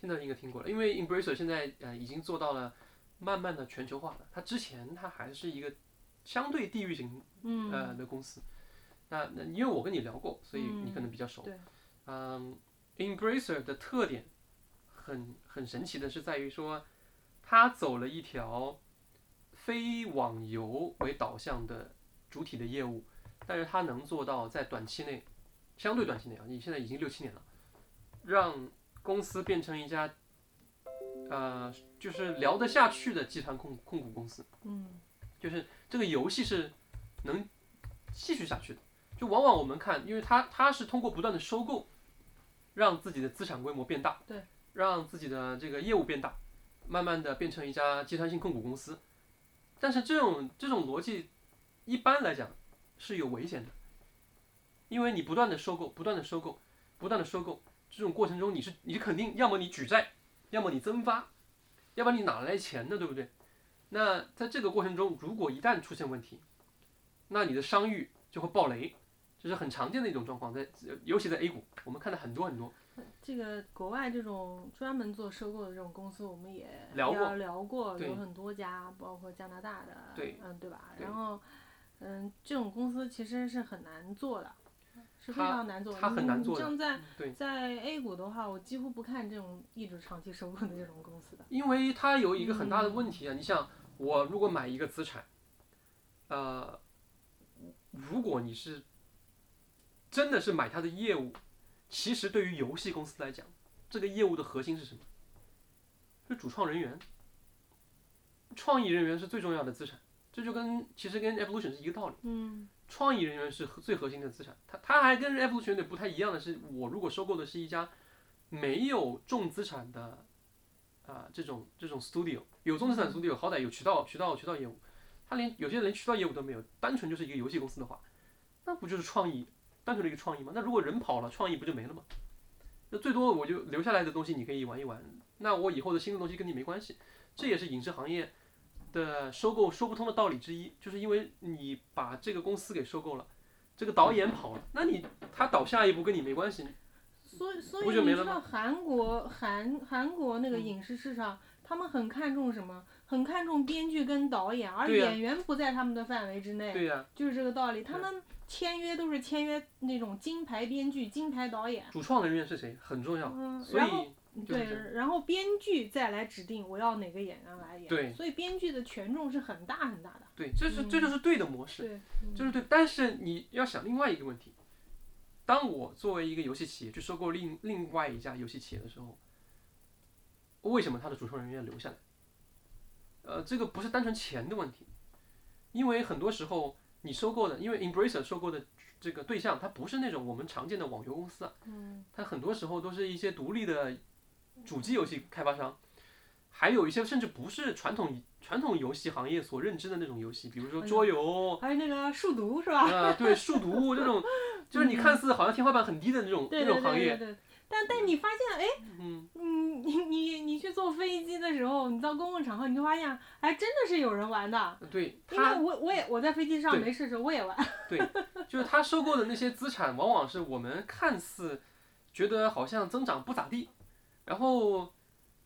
S1: 现在应该听过了，因为 Embracer 现在呃已经做到了慢慢的全球化了。它之前它还是一个相对地域型
S2: 嗯
S1: 呃的公司。那那因为我跟你聊过，所以你可能比较熟。
S2: 对
S1: 嗯 e m b r a c e r 的特点很很神奇的是在于说，它走了一条非网游为导向的主体的业务，但是它能做到在短期内，相对短期内啊，你现在已经六七年了，让公司变成一家。呃，就是聊得下去的集团控控股公司，
S2: 嗯
S1: 就是这个游戏是能继续下去的。就往往我们看，因为它它是通过不断的收购，让自己的资产规模变大，
S2: 对，
S1: 让自己的这个业务变大，慢慢的变成一家集团性控股公司。但是这种这种逻辑，一般来讲是有危险的，因为你不断的收购，不断的收购，不断的收购，这种过程中你是你肯定要么你举债，要么你增发，要不然你哪来钱呢？对不对？那在这个过程中，如果一旦出现问题，那你的商誉就会爆雷，这是很常见的一种状况，在尤其在 A 股，我们看到很多很多。
S2: 这个国外这种专门做收购的这种公司，我们也
S1: 聊过
S2: 聊聊过，
S1: 对
S2: 有很多家，包括加拿大的，
S1: 对
S2: 嗯，对吧？
S1: 对
S2: 然后，嗯，这种公司其实是很难做的，是非
S1: 它
S2: 常难做的。
S1: 它很难
S2: 你
S1: 做的
S2: 像在
S1: 对，
S2: 在 A 股的话，我几乎不看这种一直长期收购的这种公司的。
S1: 因为它有一个很大的问题啊，你想，我如果买一个资产，呃，如果你是真的是买它的业务，其实对于游戏公司来讲，这个业务的核心是什么？是主创人员，创意人员是最重要的资产，这就跟其实跟 Evolution 是一个道理。
S2: 嗯
S1: 创意人员是核最核心的资产。它它还跟 F 群有点不太一样的是，我如果收购的是一家没有重资产的啊、这种这种 studio，有重资产 studio 好歹有渠道渠道渠道业务，它连有些人连渠道业务都没有，单纯就是一个游戏公司的话，那不就是创意单纯的一个创意吗？那如果人跑了，创意不就没了吗？那最多我就留下来的东西你可以玩一玩，那我以后的新的东西跟你没关系，这也是影视行业的收购说不通的道理之一，就是因为你把这个公司给收购了，这个导演跑了，那你他导下一步跟你没关系，
S2: 所以所以
S1: 不就
S2: 你
S1: 没
S2: 知
S1: 了吗
S2: 道韩国韩韩国那个
S1: 嗯
S2: 影视市场，他们很看重什么？很看重编剧跟导演，而
S1: 对呀
S2: 演员不在他们的范围之内。
S1: 对呀、
S2: 就是这个道理。他
S1: 对
S2: 们签约都是签约那种金牌编剧、金牌导演，
S1: 主创人员是谁很重要，
S2: 嗯，
S1: 所
S2: 然后
S1: 以就是这
S2: 对，然后编剧再来指定我要哪个演员来演，
S1: 对
S2: 所以编剧的权重是很大很大的。
S1: 对，这是这就是对的模式，
S2: 对，
S1: 就是对。但是你要想另外一个问题，当我作为一个游戏企业去收购另另外一家游戏企业的时候，为什么它的主创人员要留下来？呃，这个不是单纯钱的问题，因为很多时候你收购的，因为 Embracer 收购的这个对象，它不是那种我们常见的网游公司啊，
S2: 嗯
S1: 它很多时候都是一些独立的主机游戏开发商，还有一些甚至不是传统传统游戏行业所认知的那种游戏，比如说
S2: 哎呀
S1: 桌游。
S2: 还有那个数独是吧？
S1: 啊， 对，数独这种，就是你看似好像天花板很低的那种
S2: 嗯对
S1: 那
S2: 对
S1: 种
S2: 对
S1: 行
S2: 对
S1: 业，
S2: 对。但但你发现，哎，
S1: 嗯，
S2: 嗯，你你你去坐飞机的时候，你到公共场合，你就发现，还真的是有人玩的。
S1: 对，
S2: 因为
S1: 他
S2: 我我也我在飞机上
S1: 对
S2: 没事的时候我也玩。
S1: 就是他收购的那些资产，往往是我们看似觉得好像增长不咋地，然后，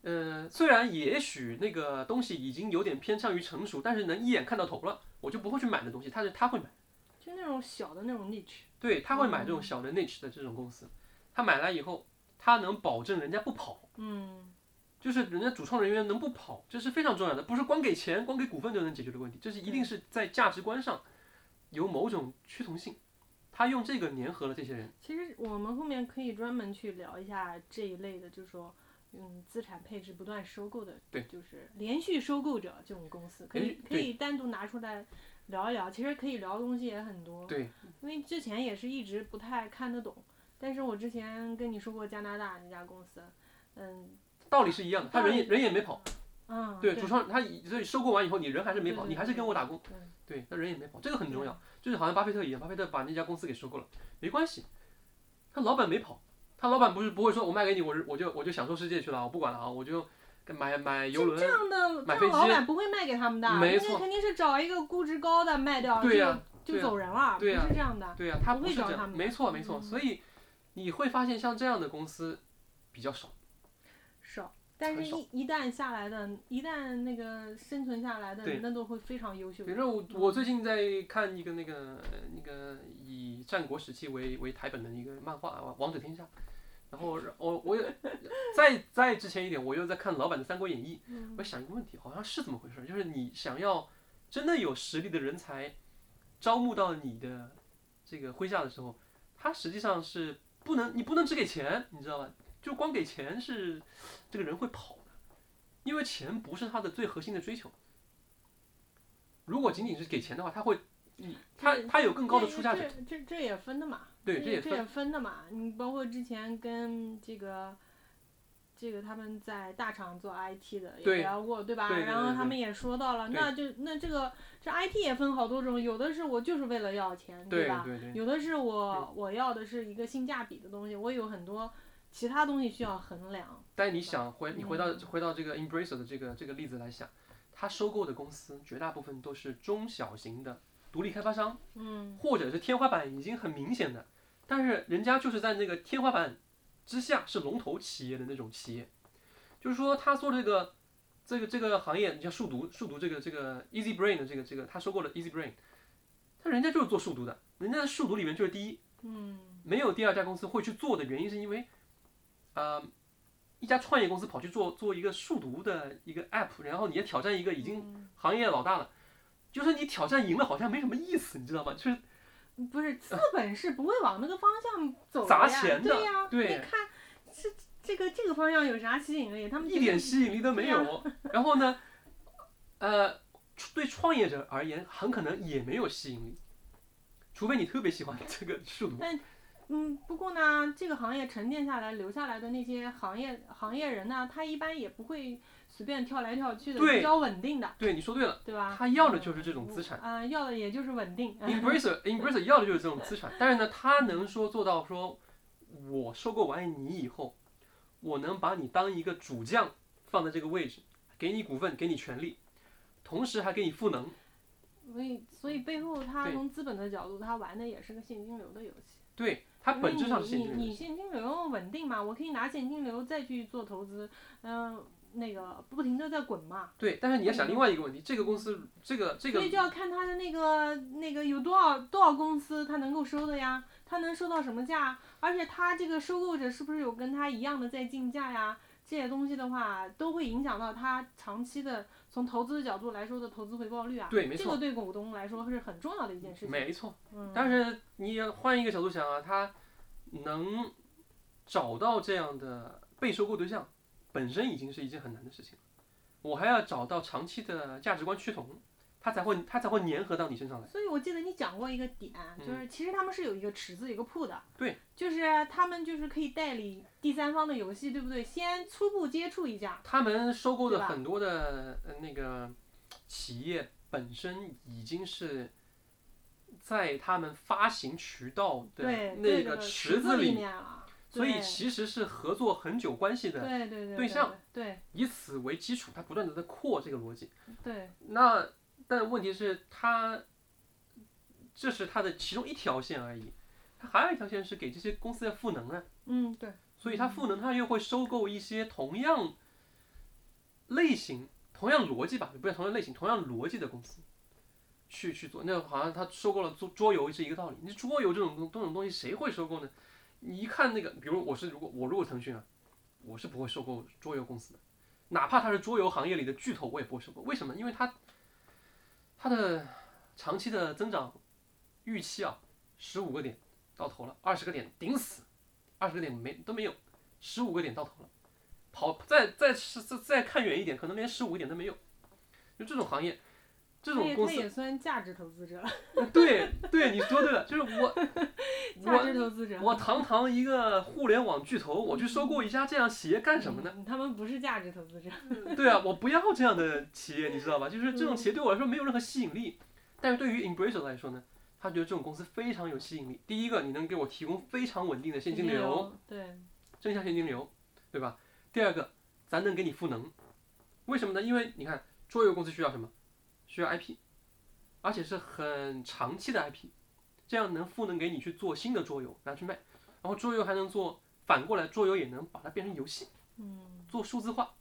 S1: 呃，虽然也许那个东西已经有点偏向于成熟，但是能一眼看到头了，我就不会去买的东西，他是他会买，
S2: 就那种小的那种 niche，
S1: 对他会买
S2: 嗯
S1: 这种小的 niche 的这种公司，他买来以后，他能保证人家不跑。
S2: 嗯，
S1: 就是人家主创人员能不跑，这是非常重要的，不是光给钱、光给股份就能解决的问题，这是一定是在价值观上有某种趋同性。他用这个粘合了这些人，
S2: 其实我们后面可以专门去聊一下这一类的，就是说，嗯，资产配置不断收购的，
S1: 对
S2: 就是连续收购者这种公司，可以
S1: 连续
S2: 可以单独拿出来聊一聊。其实可以聊的东西也很多，
S1: 对，
S2: 因为之前也是一直不太看得懂，但是我之前跟你说过加拿大那家公司，嗯
S1: 道理是一样的，他人也人也没跑，
S2: 嗯，
S1: 对，主创他以所以收购完以后，你人还是没跑，
S2: 对
S1: 你还是跟我打工，
S2: 对
S1: 对，那人也没跑，这个很重要，就是好像巴菲特一样，巴菲特把那家公司给收购了，没关系，他老板没跑，他老板不是不会说我卖给你，我是我就我就享受世界去了，我不管了啊，我就买买游轮，啊
S2: 这样的
S1: 买
S2: 这
S1: 飞
S2: 样老
S1: 机
S2: 板不会卖给他们的，
S1: 没
S2: 人家
S1: 错
S2: 肯定是找一个估值高的卖掉，
S1: 对呀、
S2: 就
S1: 对
S2: 就
S1: 呀
S2: 走人了，
S1: 对呀
S2: 不是这样的，
S1: 对呀、啊他
S2: 不
S1: 不
S2: 会
S1: 是这
S2: 找他
S1: 样，
S2: 们
S1: 没错没错。
S2: 嗯
S1: 所以你会发现像这样的公司比较少，
S2: 少，但是
S1: 很少
S2: 一一旦下来的，一旦那个生存下来的
S1: 对，
S2: 那都会非常优秀
S1: 比。如说我
S2: 嗯
S1: 我最近在看一个那个那个以战国时期为为台本的一个漫画《王王者天下》，然后我我也再再之前一点，我又在看老版的《三国演义》，我
S2: 嗯
S1: 想一个问题，好像是这么回事儿，就是你想要真的有实力的人才招募到你的这个麾下的时候，他实际上是不能你不能只给钱，你知道吧？就光给钱是这个人会跑的，因为钱不是他的最核心的追求。如果仅仅是给钱的话，他会，你他他有更高的出价值。
S2: 这这这也分的嘛，
S1: 对，这
S2: 这
S1: 也
S2: 这
S1: 分
S2: 也分的嘛。你包括之前跟这个这个他们在大厂做 IT 的也
S1: 对
S2: 聊过，对吧？
S1: 对对
S2: 然后
S1: 对
S2: 他
S1: 对
S2: 们也说到了，
S1: 对
S2: 那就那这个这 IT 也分好多种，有的是我就是为了要钱，
S1: 对
S2: 吧？
S1: 对对
S2: 有的是我我要的是一个性价比的东西，我有很多其他东西需要衡量。
S1: 但你想回你回到
S2: 嗯
S1: 回到这个 Embracer 的这个这个例子来想，他收购的公司绝大部分都是中小型的独立开发商，
S2: 嗯
S1: 或者是天花板已经很明显的，但是人家就是在那个天花板之下是龙头企业的那种企业，就是说他做这个这个这个行业，你像数独数独这个这个 Easy Brain 的这个这个，他收购了 Easy Brain，他人家就是做数独的，人家在数独里面就是第一。
S2: 嗯
S1: 没有第二家公司会去做的原因，是因为，呃，一家创业公司跑去做做一个数独的一个 app，然后你要挑战一个已经行业老大了，就是你挑战赢了好像没什么意思，你知道吗？就是
S2: 嗯不是资本是不会往那个方向走的
S1: 呃砸
S2: 呀
S1: 钱的
S2: 对呀、
S1: 对
S2: 你看这这个这个方向有啥吸引力？他们
S1: 一点吸引力都没有。然后呢，呃，对创业者而言，很可能也没有吸引力，除非你特别喜欢这个数独。
S2: 嗯，不过呢，这个行业沉淀下来留下来的那些行业行业人呢，他一般也不会随便跳来跳去的，
S1: 对
S2: 比较稳定的，
S1: 对，你说对了。
S2: 对吧？
S1: 他要的就是这种资产
S2: 啊、要的也就是稳定。嗯
S1: Embracer Embracer 要的就是这种资产，但是呢，他能说做到说，我收购完你以后，我能把你当一个主将放在这个位置，给你股份，给你权利，同时还给你赋能。
S2: 所以，所以背后他
S1: 对
S2: 从资本的角度，他玩的也是个现金流的游戏。
S1: 对，它
S2: 因为
S1: 本质上是现
S2: 你
S1: 金
S2: 嗯你
S1: 流
S2: 你。现金流稳定嘛，我可以拿现金流再去做投资，嗯、那个不停的在滚嘛。
S1: 对，但是你要想另外一个问题，这个公司，这个这个
S2: 嗯所以就要看他的那个那个有多少多少公司他能够收的呀，他能收到什么价，而且他这个收购者是不是有跟他一样的在竞价呀？这些东西的话，都会影响到他长期的从投资的角度来说的投资回报率啊。
S1: 对没
S2: 这
S1: 错
S2: 个对股东来说是很重要的一件事情。
S1: 没错，
S2: 嗯，
S1: 但是你要换一个角度想啊，他能找到这样的被收购对象，本身已经是一件很难的事情了。我还要找到长期的价值观趋同，他才会他才会粘合到你身上来。
S2: 所以我记得你讲过一个点，就是其实他们是有一个池子、有一个铺的，
S1: 嗯对，
S2: 就是他们就是可以代理第三方的游戏，对不对？先初步接触一下，
S1: 他们收购
S2: 对
S1: 的
S2: 吧
S1: 很多的呃那个企业本身已经是在他们发行渠道的
S2: 对，
S1: 那
S2: 对
S1: 个
S2: 对
S1: 池
S2: 子
S1: 子里面，
S2: 面了，
S1: 所以
S2: 对
S1: 其实是合作很久关系的，
S2: 对对对
S1: 对象，
S2: 对
S1: 以此为基础，它不断的在扩这个逻辑。
S2: 对
S1: 那但问题是，他这是他的其中一条线而已，他还有一条线是给这些公司在赋能啊，
S2: 嗯对，
S1: 所以他赋能，他又会收购一些同样类型、同样逻辑吧，不是同样类型、同样逻辑的公司去去做。那好像他收购了桌桌游是一个道理，你桌游这种东这种东西谁会收购呢？你一看那个，比如我是如果我如果腾讯啊，我是不会收购桌游公司的，哪怕它是桌游行业里的巨头，我也不会收购。为什么？因为它它的长期的增长预期啊，十五个点到头了，二十个点顶死，二十个点没都没有，十五个点到头了，跑再再是再再看远一点，可能连十五个点都没有。就这种行业，这
S2: 他
S1: 种
S2: 也
S1: 公
S2: 他
S1: 司，
S2: 也算价值投资者，
S1: 对对，你说对了，就是 我
S2: 价值
S1: 我
S2: 投资者，
S1: 我堂堂一个互联网巨头，我去收购一家这样企业干什么呢？
S2: 嗯？他们不是价值投资者，
S1: 对啊，我不要这样的企业，你知道吧？就是这种企业对我来说没有任何吸引力，但是对于 Embracer 来说呢，他觉得这种公司非常有吸引力。第一个，你能给我提供非常稳定的现金流，
S2: 流，对，
S1: 正向现金流，对吧？第二个，咱能给你赋能，为什么呢？因为你看桌游公司需要什么？需要 IP，而且是很长期的 IP，这样能赋能给你去做新的桌游拿去卖，然后桌游还能做，反过来桌游也能把它变成游戏，
S2: 嗯
S1: 做数字化，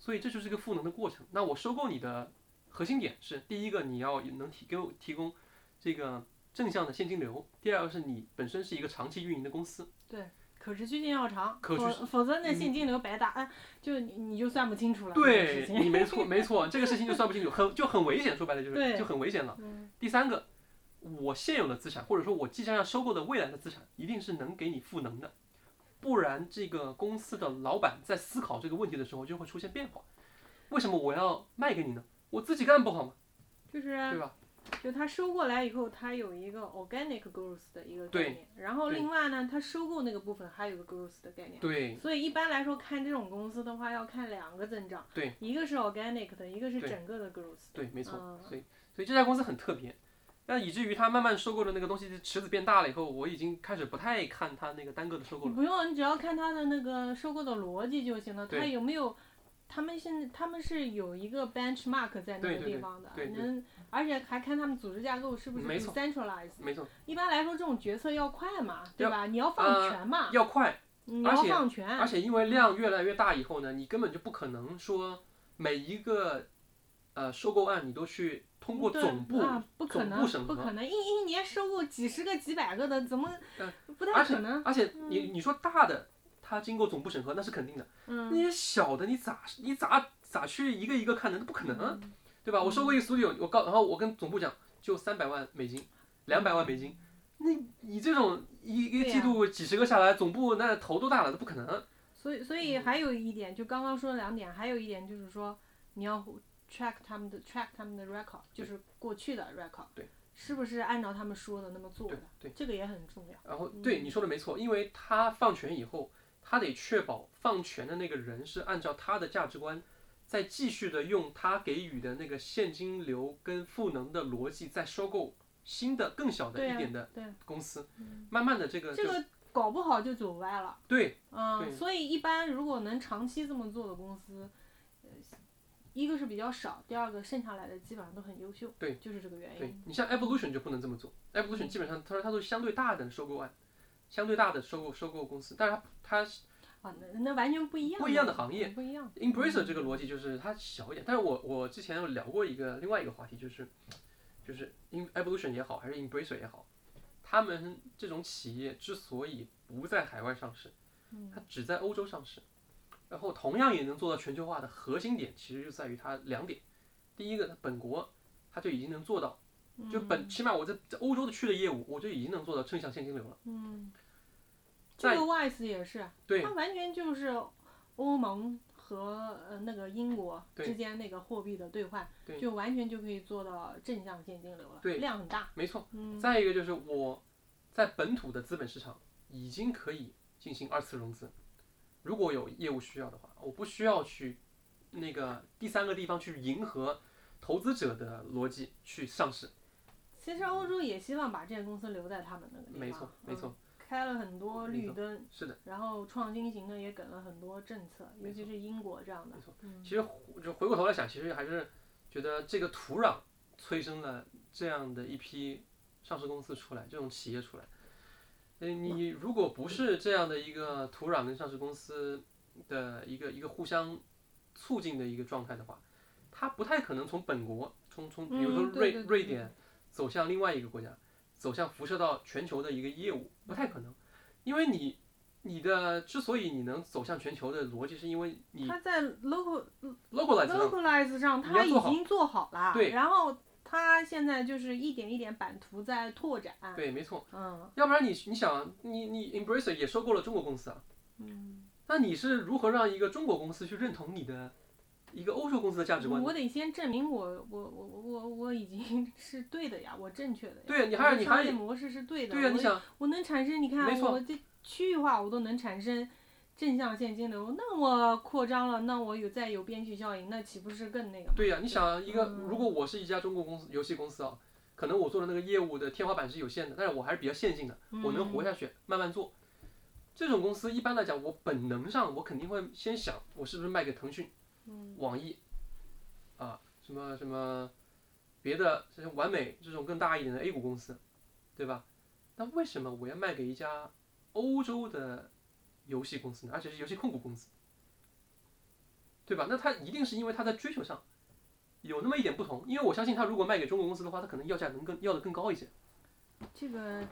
S1: 所以这就是一个赋能的过程。那我收购你的核心点是：第一个，你要能提给我提供这个正向的现金流；第二个是你本身是一个长期运营的公司。
S2: 可持续性要长，
S1: 可持
S2: 否否则那
S1: 嗯
S2: 现金流白搭，哎、就你你就算不清楚了。这个
S1: 对
S2: 事情
S1: 你没错没错，这个事情就算不清楚，很就很危险，说白了就是
S2: 对
S1: 就很危险了。
S2: 嗯
S1: 第三个，我现有的资产，或者说我即将要收购的未来的资产，一定是能给你赋能的，不然这个公司的老板在思考这个问题的时候就会出现变化。为什么我要卖给你呢？我自己干不好吗？
S2: 就是
S1: 对吧？
S2: 就它收过来以后，它有一个 organic growth 的一个概
S1: 对
S2: 念，然后
S1: 对
S2: 另外呢，它收购那个部分还有一个 growth 的概念。
S1: 对
S2: 所以一般来说，看这种公司的话，要看两个增长，
S1: 对，
S2: 一个是 organic 的，一个是
S1: 对
S2: 整个的 growth 的。
S1: 对，没错。
S2: 嗯
S1: 所以所以这家公司很特别，那以至于它慢慢收购的那个东西池子变大了以后，我已经开始不太看它那个单个的收购
S2: 你
S1: 了。
S2: 不用，你只要看它的那个收购的逻辑就行了，
S1: 对
S2: 它有没有，他们现在他们是有一个 benchmark 在那
S1: 对
S2: 个
S1: 对
S2: 地方的，
S1: 对对
S2: 能，而且还看他们组织架构是不是
S1: 没错
S2: decentralized。
S1: 没错，
S2: 一般来说，这种决策要快嘛，对
S1: 要
S2: 吧？你要放
S1: 呃
S2: 权嘛，
S1: 要快，
S2: 你
S1: 而
S2: 要
S1: 且
S2: 放权。
S1: 而且因为量越来越大以后呢，你根本就不可能说每一个呃收购案你都去通过
S2: 对
S1: 总部，
S2: 啊、不可
S1: 总
S2: 能
S1: 部审
S2: 不
S1: 核
S2: 可能，一一年收购几十个、几百个的，怎么
S1: 嗯
S2: 不太
S1: 而且
S2: 可能？
S1: 而且你你说大的它经过总部审核那是肯定的，那
S2: 嗯，
S1: 些小的你咋你咋咋去一个一个看呢？那不可能
S2: 嗯
S1: 啊，对吧？我收购一个 studio，我告然后我跟总部讲就三百万美金，两百万美金。那你这种一一个
S2: 对
S1: 季
S2: 呀
S1: 度几十个下来，总部那头都大了，那不可能。
S2: 所以所以还有一点，就刚刚说的两点，还有一点就是说你要 track 他们的 track 他们的 record，就是过去的 record，
S1: 对，
S2: 是不是按照他们说的那么做
S1: 对
S2: 的？
S1: 对
S2: 这个也很重要。
S1: 然后对你说的没错，因为他放权以后，他得确保放权的那个人是按照他的价值观，再继续的用他给予的那个现金流跟赋能的逻辑，再收购新的更小的
S2: 对
S1: 一
S2: 啊
S1: 点的
S2: 对啊
S1: 公司，慢慢的这呃个就
S2: 这个搞不好就走歪了。
S1: 对
S2: 嗯，
S1: 对
S2: 所以一般如果能长期这么做的公司，呃，一个是比较少，第二个剩下来的基本上都很优秀。
S1: 对
S2: 就是这个原
S1: 对
S2: 因。
S1: 你像 Evolution 就不能这么做，Evolution 基本上他说它都是相对大的收购案，相对大的收购收购公司，但是它它
S2: 啊，那那完全不一样。
S1: 不一样的行业，
S2: 不一样。
S1: Embracer 这个逻辑就是它小一点，但是我我之前有聊过一个另外一个话题，就是就是 In Evolution 也好，还是 Embracer 也好，他们这种企业之所以不在海外上市，
S2: 嗯
S1: 它只在欧洲上市，然后同样也能做到全球化的核心点，其实就在于它两点，第一个，它本国它就已经能做到，
S2: 嗯
S1: 就本起码我在在欧洲的区的业务，我就已经能做到正向现金流了。
S2: 嗯，这
S1: 在
S2: 个 Wise 也是，
S1: 对
S2: 它完全就是欧盟和呃那个英国
S1: 对
S2: 之间那个货币的兑换
S1: 对，
S2: 就完全就可以做到正向现金流了，
S1: 对
S2: 量很大。
S1: 没错，
S2: 嗯，
S1: 再一个就是我在本土的资本市场已经可以进行二次融资，如果有业务需要的话，我不需要去那个第三个地方去迎合投资者的逻辑去上市。
S2: 其实欧洲也希望把这些公司留在他们那个地方，
S1: 没错，没错
S2: 嗯，，开了很多
S1: 没
S2: 绿
S1: 错
S2: 灯，
S1: 是的。
S2: 然后创新型的也给了很多政策，
S1: 没
S2: 尤其是英国这样的
S1: 没错，
S2: 嗯
S1: 其实回就回过头来想，其实还是觉得这个土壤催生了这样的一批上市公司出来，这种企业出来。呃，你如果不是这样的一个土壤跟上市公司的一个一个互相促进的一个状态的话，它不太可能从本国从从比如说
S2: 嗯对
S1: 瑞、
S2: 对对
S1: 瑞典走向另外一个国家，走向辐射到全球的一个业务，不太可能，因为你你的之所以你能走向全球的逻辑，是因为你
S2: 它嗯在 local
S1: localize 了
S2: localize 上，
S1: 你
S2: 它
S1: 要做
S2: 已
S1: 好
S2: 经做好了，
S1: 对
S2: 然后它现在就是一点一点版图在拓展，
S1: 对，没错，
S2: 嗯
S1: 要不然你你想，你你 Embracer 也收购了中国公司啊，
S2: 嗯，
S1: 那你是如何让一个中国公司去认同你的一个欧洲公司的价值观
S2: 我
S1: 呢？
S2: 得先证明我我我我我我已经 是对的呀，我正确的呀，
S1: 对你
S2: 我
S1: 还
S2: 的
S1: 你
S2: 商
S1: 还
S2: 业模式是对的，
S1: 对呀、啊
S2: 我
S1: 你想，
S2: 我能产生，你
S1: 没
S2: 看
S1: 错
S2: 我这区域化我都能产生正向现金流，那我扩张了，那我有再有边际效应，那岂不是更那个吗？
S1: 对呀、你想啊一个，
S2: 嗯
S1: 如果我是一家中国公司游戏公司啊，可能我做的那个业务的天花板是有限的，但是我还是比较线性的，我能活
S2: 嗯
S1: 下去，慢慢做。这种公司一般来讲，我本能上我肯定会先想，我是不是卖给腾讯、
S2: 嗯
S1: 网易，啊，什么什么别的，这像完美这种更大一点的 A 股公司，对吧？那为什么我要卖给一家欧洲的游戏公司呢？而且是游戏控股公司？对吧？那它一定是因为它在追求上有那么一点不同，因为我相信它如果卖给中国公司的话，它可能要价能更要的更高一些。
S2: 这个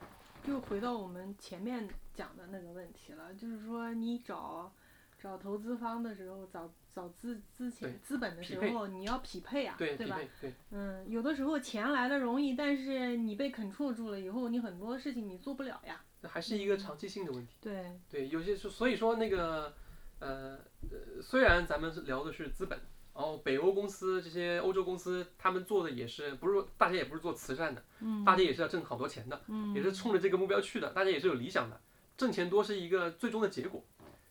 S2: 又回到我们前面讲的那个问题了，就是说你找找投资方的时候，找找资资
S1: 对
S2: 金资本的
S1: 匹
S2: 时
S1: 配
S2: 候，你要匹配啊，
S1: 对，匹
S2: 吧？
S1: 配，对，
S2: 嗯，有的时候钱来的容易，但是你被 control 住了以后，你很多事情你做不了呀。
S1: 那还是一个长期性的问题。
S2: 对，
S1: 对，有些是所以说那个呃呃，虽然咱们是聊的是资本，然后北欧公司这些欧洲公司，他们做的也是不是说大家也不是做慈善的，
S2: 嗯
S1: 大家也是要挣好多钱的，
S2: 嗯，
S1: 也是冲着这个目标去的，大家也是有理想的，挣钱多是一个最终的结果，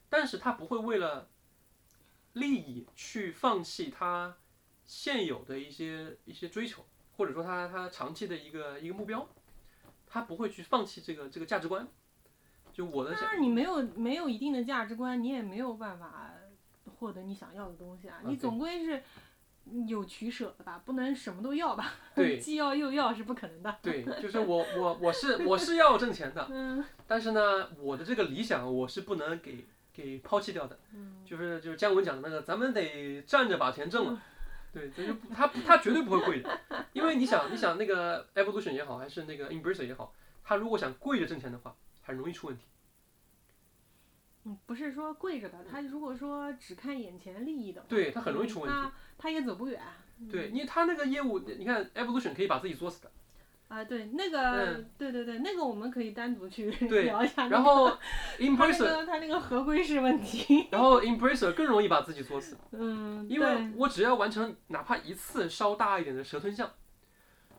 S1: 但是他不会为了利益去放弃他现有的一些一些追求，或者说他他长期的一个一个目标，他不会去放弃这个这个价值观。就我的想，
S2: 那你没有没有一定的价值观，你也没有办法获得你想要的东西啊。
S1: 啊
S2: 你
S1: 对
S2: 总归是有取舍的吧，不能什么都要吧。
S1: 对
S2: 既要又要是不可能的。
S1: 对，就是我我我是我是要挣钱的，
S2: 嗯
S1: 但是呢，我的这个理想我是不能给给抛弃掉的。
S2: 嗯，
S1: 就是就是姜文讲的那个，咱们得站着把钱挣了。对，他就不他他绝对不会跪的，因为你想你想那个 Evolution 也好，还是那个 Embracer 也好，他如果想跪着挣钱的话，很容易出问题。
S2: 嗯不是说跪着的，他如果说只看眼前利益的话，
S1: 对嗯他很容易出问题。
S2: 他他也走不远。
S1: 对，因为他那个业务，你看 Evolution 可以把自己作死的，
S2: 啊，对，那个，对对对，那个我们可以单独去
S1: 嗯对
S2: 聊一啊下那个。
S1: 然后
S2: 他那
S1: Embracer，
S2: 个他那个合规是问题，
S1: 然后 Embracer 更容易把自己作死。
S2: 嗯，
S1: 因
S2: 对
S1: 为我只要完成哪怕一次稍大一点的蛇吞象，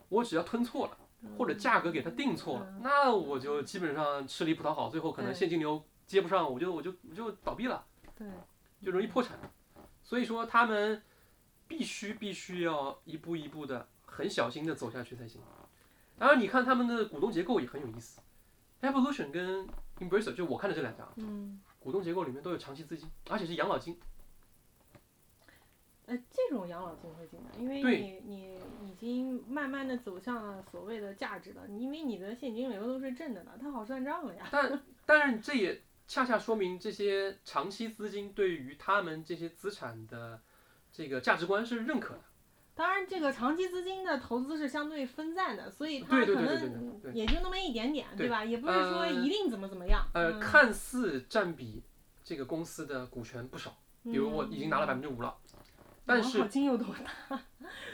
S1: 我只要吞错了，或
S2: 嗯
S1: 者价格给它定错了，那我就基本上吃力不讨好，最后可能
S2: 对
S1: 现金流接不上，我就我就我就倒闭了，
S2: 对，
S1: 就容易破产。所以说他们必须必须要一步一步的很小心的走下去才行。当然，你看他们的股东结构也很有意思，Evolution 跟 Embracer 就我看的这两家
S2: 嗯，
S1: 股东结构里面都有长期资金，而且是养老金。
S2: 呃，这种养老金会进来，因为
S1: 对
S2: 你你已经慢慢的走向了所谓的价值了，你因为你的现金流都是正的了，它好算账了呀。
S1: 但但是这也恰恰说明这些长期资金对于他们这些资产的这个价值观是认可的。
S2: 当然，这个长期资金的投资是相对分散的，所以它
S1: 对对
S2: 可
S1: 对对对对
S2: 能
S1: 对
S2: 也就那么一点点，
S1: 对
S2: 对吧？也不是说
S1: 呃
S2: 一定怎么怎么样。
S1: 呃，
S2: 嗯，
S1: 看似占比这个公司的股权不少，比
S2: 嗯
S1: 如我已经拿了百
S2: 分，
S1: 分之五了，但
S2: 我好
S1: 是
S2: 嗯金有多大？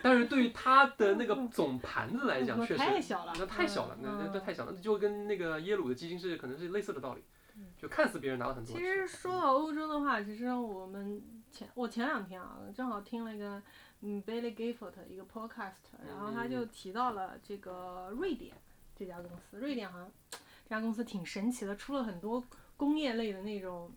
S1: 但是对于它的那个总盘子 来讲，
S2: 我
S1: 确实
S2: 太小了
S1: 那太小了，那那
S2: 嗯
S1: 那太小了，就跟那个耶鲁的基金是可能是类似的道理
S2: 嗯，
S1: 就看似别人拿了很多，嗯
S2: 其实说到欧洲的话，其实我们前我前两天啊，正好听了一个嗯 Bailey Gifford 的一个 podcast，然后他就
S1: 嗯
S2: 提到了这个瑞典这家公司，瑞典好像这家公司挺神奇的，出了很多工业类的那种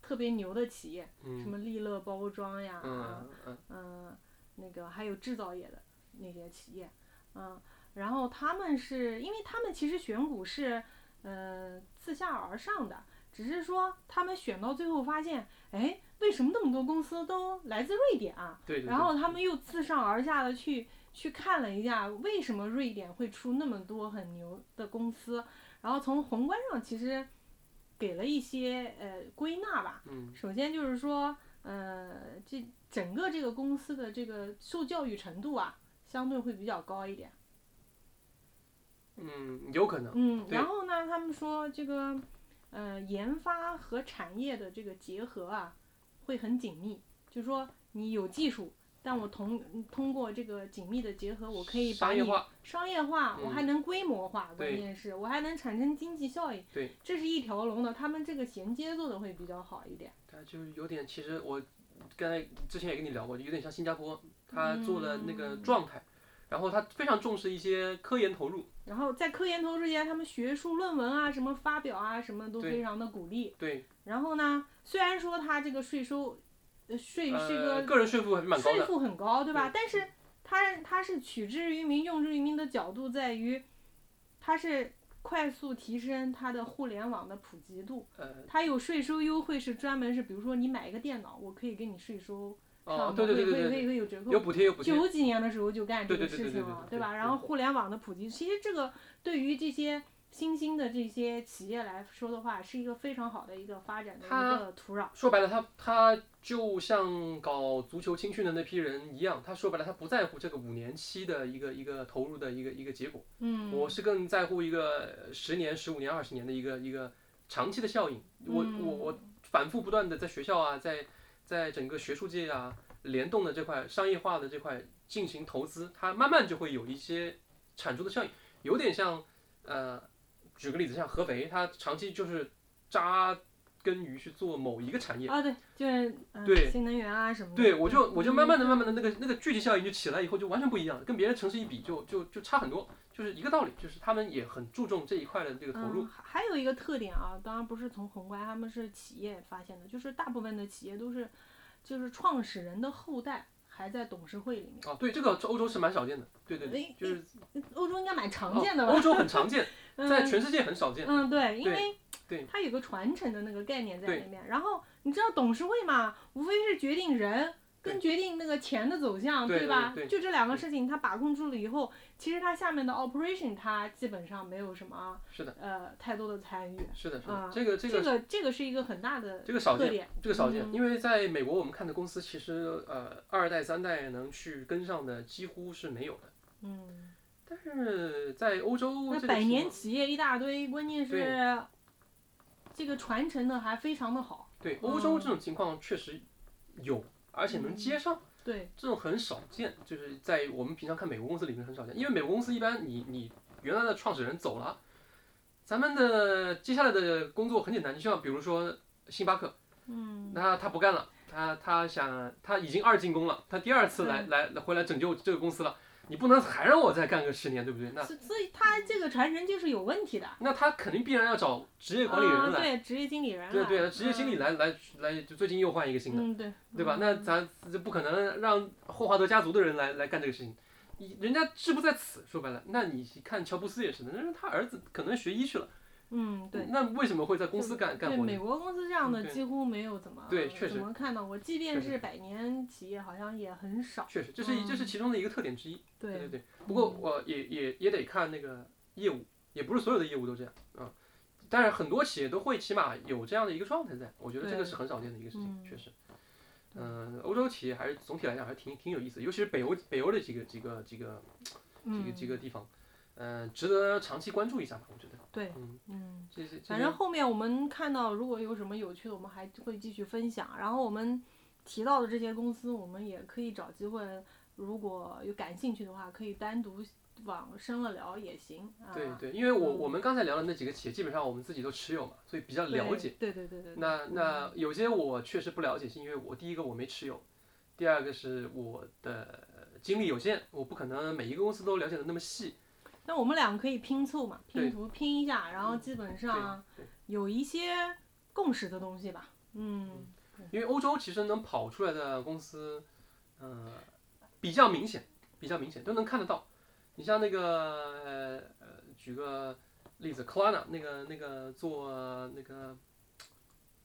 S2: 特别牛的企业，什
S1: 嗯
S2: 么利乐包装呀，
S1: 嗯嗯
S2: 嗯，那个还有制造业的那些企业，嗯，然后他们是因为他们其实选股是，呃，自下而上的，只是说他们选到最后发现，哎，为什么那么多公司都来自瑞典啊？
S1: 对对对，
S2: 然后他们又自上而下的去去看了一下，为什么瑞典会出那么多很牛的公司，然后从宏观上其实给了一些呃归纳吧，
S1: 嗯
S2: 首先就是说，呃，这整个这个公司的这个受教育程度啊，相对会比较高一点。
S1: 嗯有可能，
S2: 嗯，
S1: 对
S2: 然后呢，他们说这个，呃，研发和产业的这个结合啊，会很紧密。就是说，你有技术，但我同通过这个紧密的结合，我可以把
S1: 商业
S2: 你
S1: 化，
S2: 商业化，
S1: 嗯
S2: 我还能规模化，
S1: 对
S2: 关键是我还能产生经济效益。
S1: 对，
S2: 这是一条龙的，他们这个衔接做的会比较好一点。
S1: 它就是有点，其实我刚才之前也跟你聊过，就有点像新加坡，它
S2: 嗯
S1: 做了那个状态，然后它非常重视一些科研投入，
S2: 然后在科研投之前，他们学术论文啊、什么发表啊、什么都
S1: 对
S2: 非常的鼓励。
S1: 对，
S2: 然后呢，虽然说他这个税收，呃，税是
S1: 呃，
S2: 个
S1: 个人税负还是蛮高
S2: 税
S1: 的，
S2: 负很高，对吧？但是他他是取之于民、用之于民的角度在于，他是快速提升它的互联网的普及度。
S1: 呃，
S2: 它有税收优惠，是专门是比如说你买一个电脑，我可以给你税收
S1: 哦
S2: 上，
S1: 对对对
S2: 会
S1: 对
S2: 会
S1: 对，
S2: 会会有折扣
S1: 有补贴有补贴，
S2: 九几年的时候就干这
S1: 对
S2: 个
S1: 对对
S2: 事
S1: 对
S2: 情
S1: 对对
S2: 了
S1: 对，对
S2: 吧？
S1: 对
S2: 然后互联网的普及，其实这个对于这些新兴的这些企业来说的话，是一个非常好的一个发展的一
S1: 它
S2: 个土壤。
S1: 说白了，他他就像搞足球青训的那批人一样，他说白了，他不在乎这个五年期的一个一个投入的一个一个结果，
S2: 嗯，
S1: 我是更在乎一个十年、十五年、二十年的一个一个长期的效应。我我我反复不断的在学校啊，在在整个学术界啊，联动的这块商业化的这块进行投资，它慢慢就会有一些产出的效应，有点像呃，举个例子，像合肥，它长期就是扎根于去做某一个产业。
S2: 啊，对，就是、嗯
S1: 对
S2: 新能源啊什么的。
S1: 对，我就我就慢慢的、
S2: 嗯
S1: 慢慢的那个那个具体效应就起来以后，就完全不一样了，跟别的城市一比就，就就差很多，就是一个道理，就是他们也很注重这一块的这个投入。
S2: 嗯。还还有一个特点啊，当然不是从宏观，他们是企业发现的，就是大部分的企业都是，就是创始人的后代还在董事会里面。
S1: 啊，对，这个欧洲是蛮少见的，对对对
S2: 诶，
S1: 就是
S2: 欧洲应该蛮常
S1: 哦
S2: 见的吧？
S1: 欧洲很常见，
S2: 嗯
S1: 在全世界很少见。
S2: 嗯，对，因
S1: 对
S2: 为
S1: 对
S2: 它有个传承的那个概念在
S1: 对
S2: 里面。然后你知道董事会嘛，无非是决定人跟决定那个钱的走向，
S1: 对对
S2: 吧？
S1: 对对
S2: 就这两个事情，它把控住了以后，其实它下面的 operation 它基本上没有什么
S1: 是的，
S2: 呃太多的参与。
S1: 是的，是
S2: 啊
S1: 的，这个这
S2: 这
S1: 个
S2: 个这个是一个很大的
S1: 这个少
S2: 特
S1: 见，
S2: 点。
S1: 这个少见，
S2: 嗯
S1: 因为在美国我们看的公司，其实呃二代三代能去跟上的几乎是没有的，
S2: 嗯，
S1: 但是在欧洲
S2: 那
S1: 这个
S2: 百
S1: 情
S2: 年
S1: 况
S2: 企业一大堆，关键是这个传承的还非常的好。
S1: 对欧洲
S2: 嗯
S1: 这种情况确实有，而且能接上。
S2: 对，
S1: 这种很少见，就是在我们平常看美国公司里面很少见，因为美国公司一般你你原来的创始人走了，咱们的接下来的工作很简单，就像比如说星巴克，
S2: 嗯，
S1: 那他不干了，他他想他已经二进宫了，他第二次来来来回来拯救这个公司了，你不能还让我再干个十年，对不对？那
S2: 所所以它这个传承就是有问题的。
S1: 那他肯定必然要找职业管理人
S2: 啊、
S1: 来，
S2: 对职业经理人
S1: 对
S2: 来
S1: 对，职业经理
S2: 嗯
S1: 来来来，就最近又换一个新的。
S2: 嗯对，
S1: 对吧？那咱这不可能让霍华德家族的人来来干这个事情，你人家志不在此，说白了，那你看乔布斯也是的，那是他儿子可能学医去了，
S2: 嗯对。
S1: 那为什么会在公司干干
S2: 对
S1: 活
S2: 美
S1: 呢？
S2: 国公司这样的
S1: 嗯对
S2: 几乎没有怎么
S1: 对确实
S2: 怎么看到过，即便
S1: 确实
S2: 是百年企业，好像也很少。
S1: 确实，这是一
S2: 嗯
S1: 这是其中的一个特点之一。对对
S2: 对，
S1: 对，不过我也也也得看那个业务，也不是所有的业务都这样啊。但是很多企业都会起码有这样的一个状态在，我觉得这个
S2: 对
S1: 是很少见的一个事情，
S2: 嗯
S1: 确实。嗯、欧洲企业还是总体来讲还是挺挺有意思的，尤其是北欧北欧的几个几个几个几个
S2: 嗯
S1: 几个地方，嗯、值得长期关注一下吧，我觉得。
S2: 对
S1: 嗯，
S2: 嗯。
S1: 这些这
S2: 反
S1: 些
S2: 正后面我们看到，如果有什么有趣的，我们还会继续分享。然后我们提到的这些公司，我们也可以找机会，如果有感兴趣的话，可以单独往深了聊也行。啊、
S1: 对对，因为我
S2: 嗯
S1: 我们刚才聊的那几个企业，基本上我们自己都持有嘛，所以比较了
S2: 对
S1: 解。。
S2: 对对对对。嗯对
S1: 那那有些我确实不了解，是因为我第一个我没持有，第二个是我的精力有限，我不可能每一个公司都了解的那么细。
S2: 那我们俩可以拼凑嘛，
S1: 对嗯
S2: 拼图拼一下，然后基本上
S1: 对
S2: 有一些共识的东西吧。嗯，
S1: 因为欧洲其实能跑出来的公司，嗯、比较明显，比较明显都能看得到。你像那个呃呃，举个例子，Klarna 那个那个做那个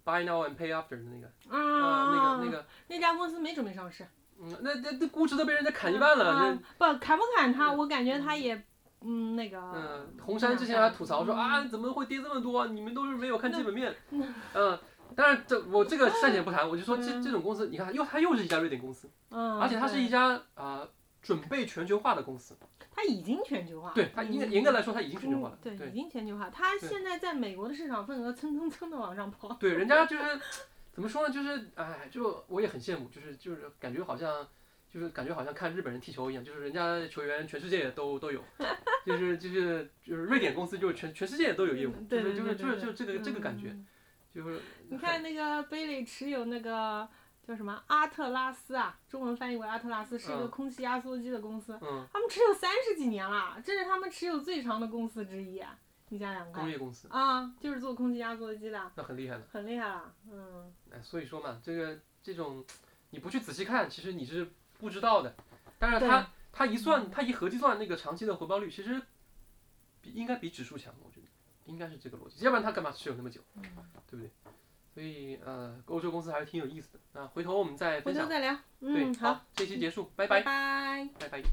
S1: buy now and pay after 的那个，
S2: 啊，
S1: 呃，那个那个，
S2: 那家公司没准备上市，
S1: 嗯，那那那估值都被人家砍一半了，那
S2: 啊、不砍不砍它，我感觉它也，嗯，那个，
S1: 嗯，红杉之前还吐槽
S2: 嗯
S1: 说啊，怎么会跌这么多？啊你们都是没有看基本面。嗯，当然这我这个暂且不谈，我就说这
S2: 嗯
S1: 这种公司，你看又它又是一家瑞典公司，
S2: 嗯，
S1: 而且它是一
S2: 对，
S1: 家啊准备全球化的公司。
S2: 它已经全球化，
S1: 对，它应该
S2: 嗯
S1: 严格来说它已经全球化了
S2: 嗯。对，已
S1: 对
S2: 经全球化，它
S1: 对
S2: 现在在美国的市场份额蹭蹭蹭的往上跑，
S1: 对，人家就是怎么说呢？就是哎，就我也很羡慕，就是就是感觉好像。就是感觉好像看日本人踢球一样，就是人家球员全世界都 都有，就是就是就是瑞典公司就是全全世界都有业务就
S2: 嗯，对对
S1: 是就是
S2: 对对
S1: 就是就
S2: 对
S1: 是这个这个感觉
S2: 嗯，
S1: 就是
S2: 你看那个贝里持有那个叫什么阿特拉斯啊，中文翻译为阿特拉斯，是一个
S1: 嗯
S2: 空气压缩机的公司，
S1: 嗯，
S2: 他们持有三十几年了，这是他们持有最长的公司之一啊、你想想
S1: 工
S2: 看
S1: 业公司，
S2: 啊，就是做空气压缩机的，
S1: 那很厉害了。
S2: 很厉害了，嗯，
S1: 哎，所以说嘛，这个这种你不去仔细看，其实你是不知道的。但是它它一算，它一合计算那个长期的回报率，其实比应该比指数强，我觉得应该是这个逻辑，要不然它干嘛持有那么久，
S2: 嗯
S1: 对不对？所以呃，欧洲公司还是挺有意思的。那回头我们再
S2: 回
S1: 分
S2: 头
S1: 享。
S2: 再聊，
S1: 对
S2: 嗯，，好，
S1: 好，这期结束，拜
S2: 拜
S1: 拜，
S2: 拜
S1: 拜拜。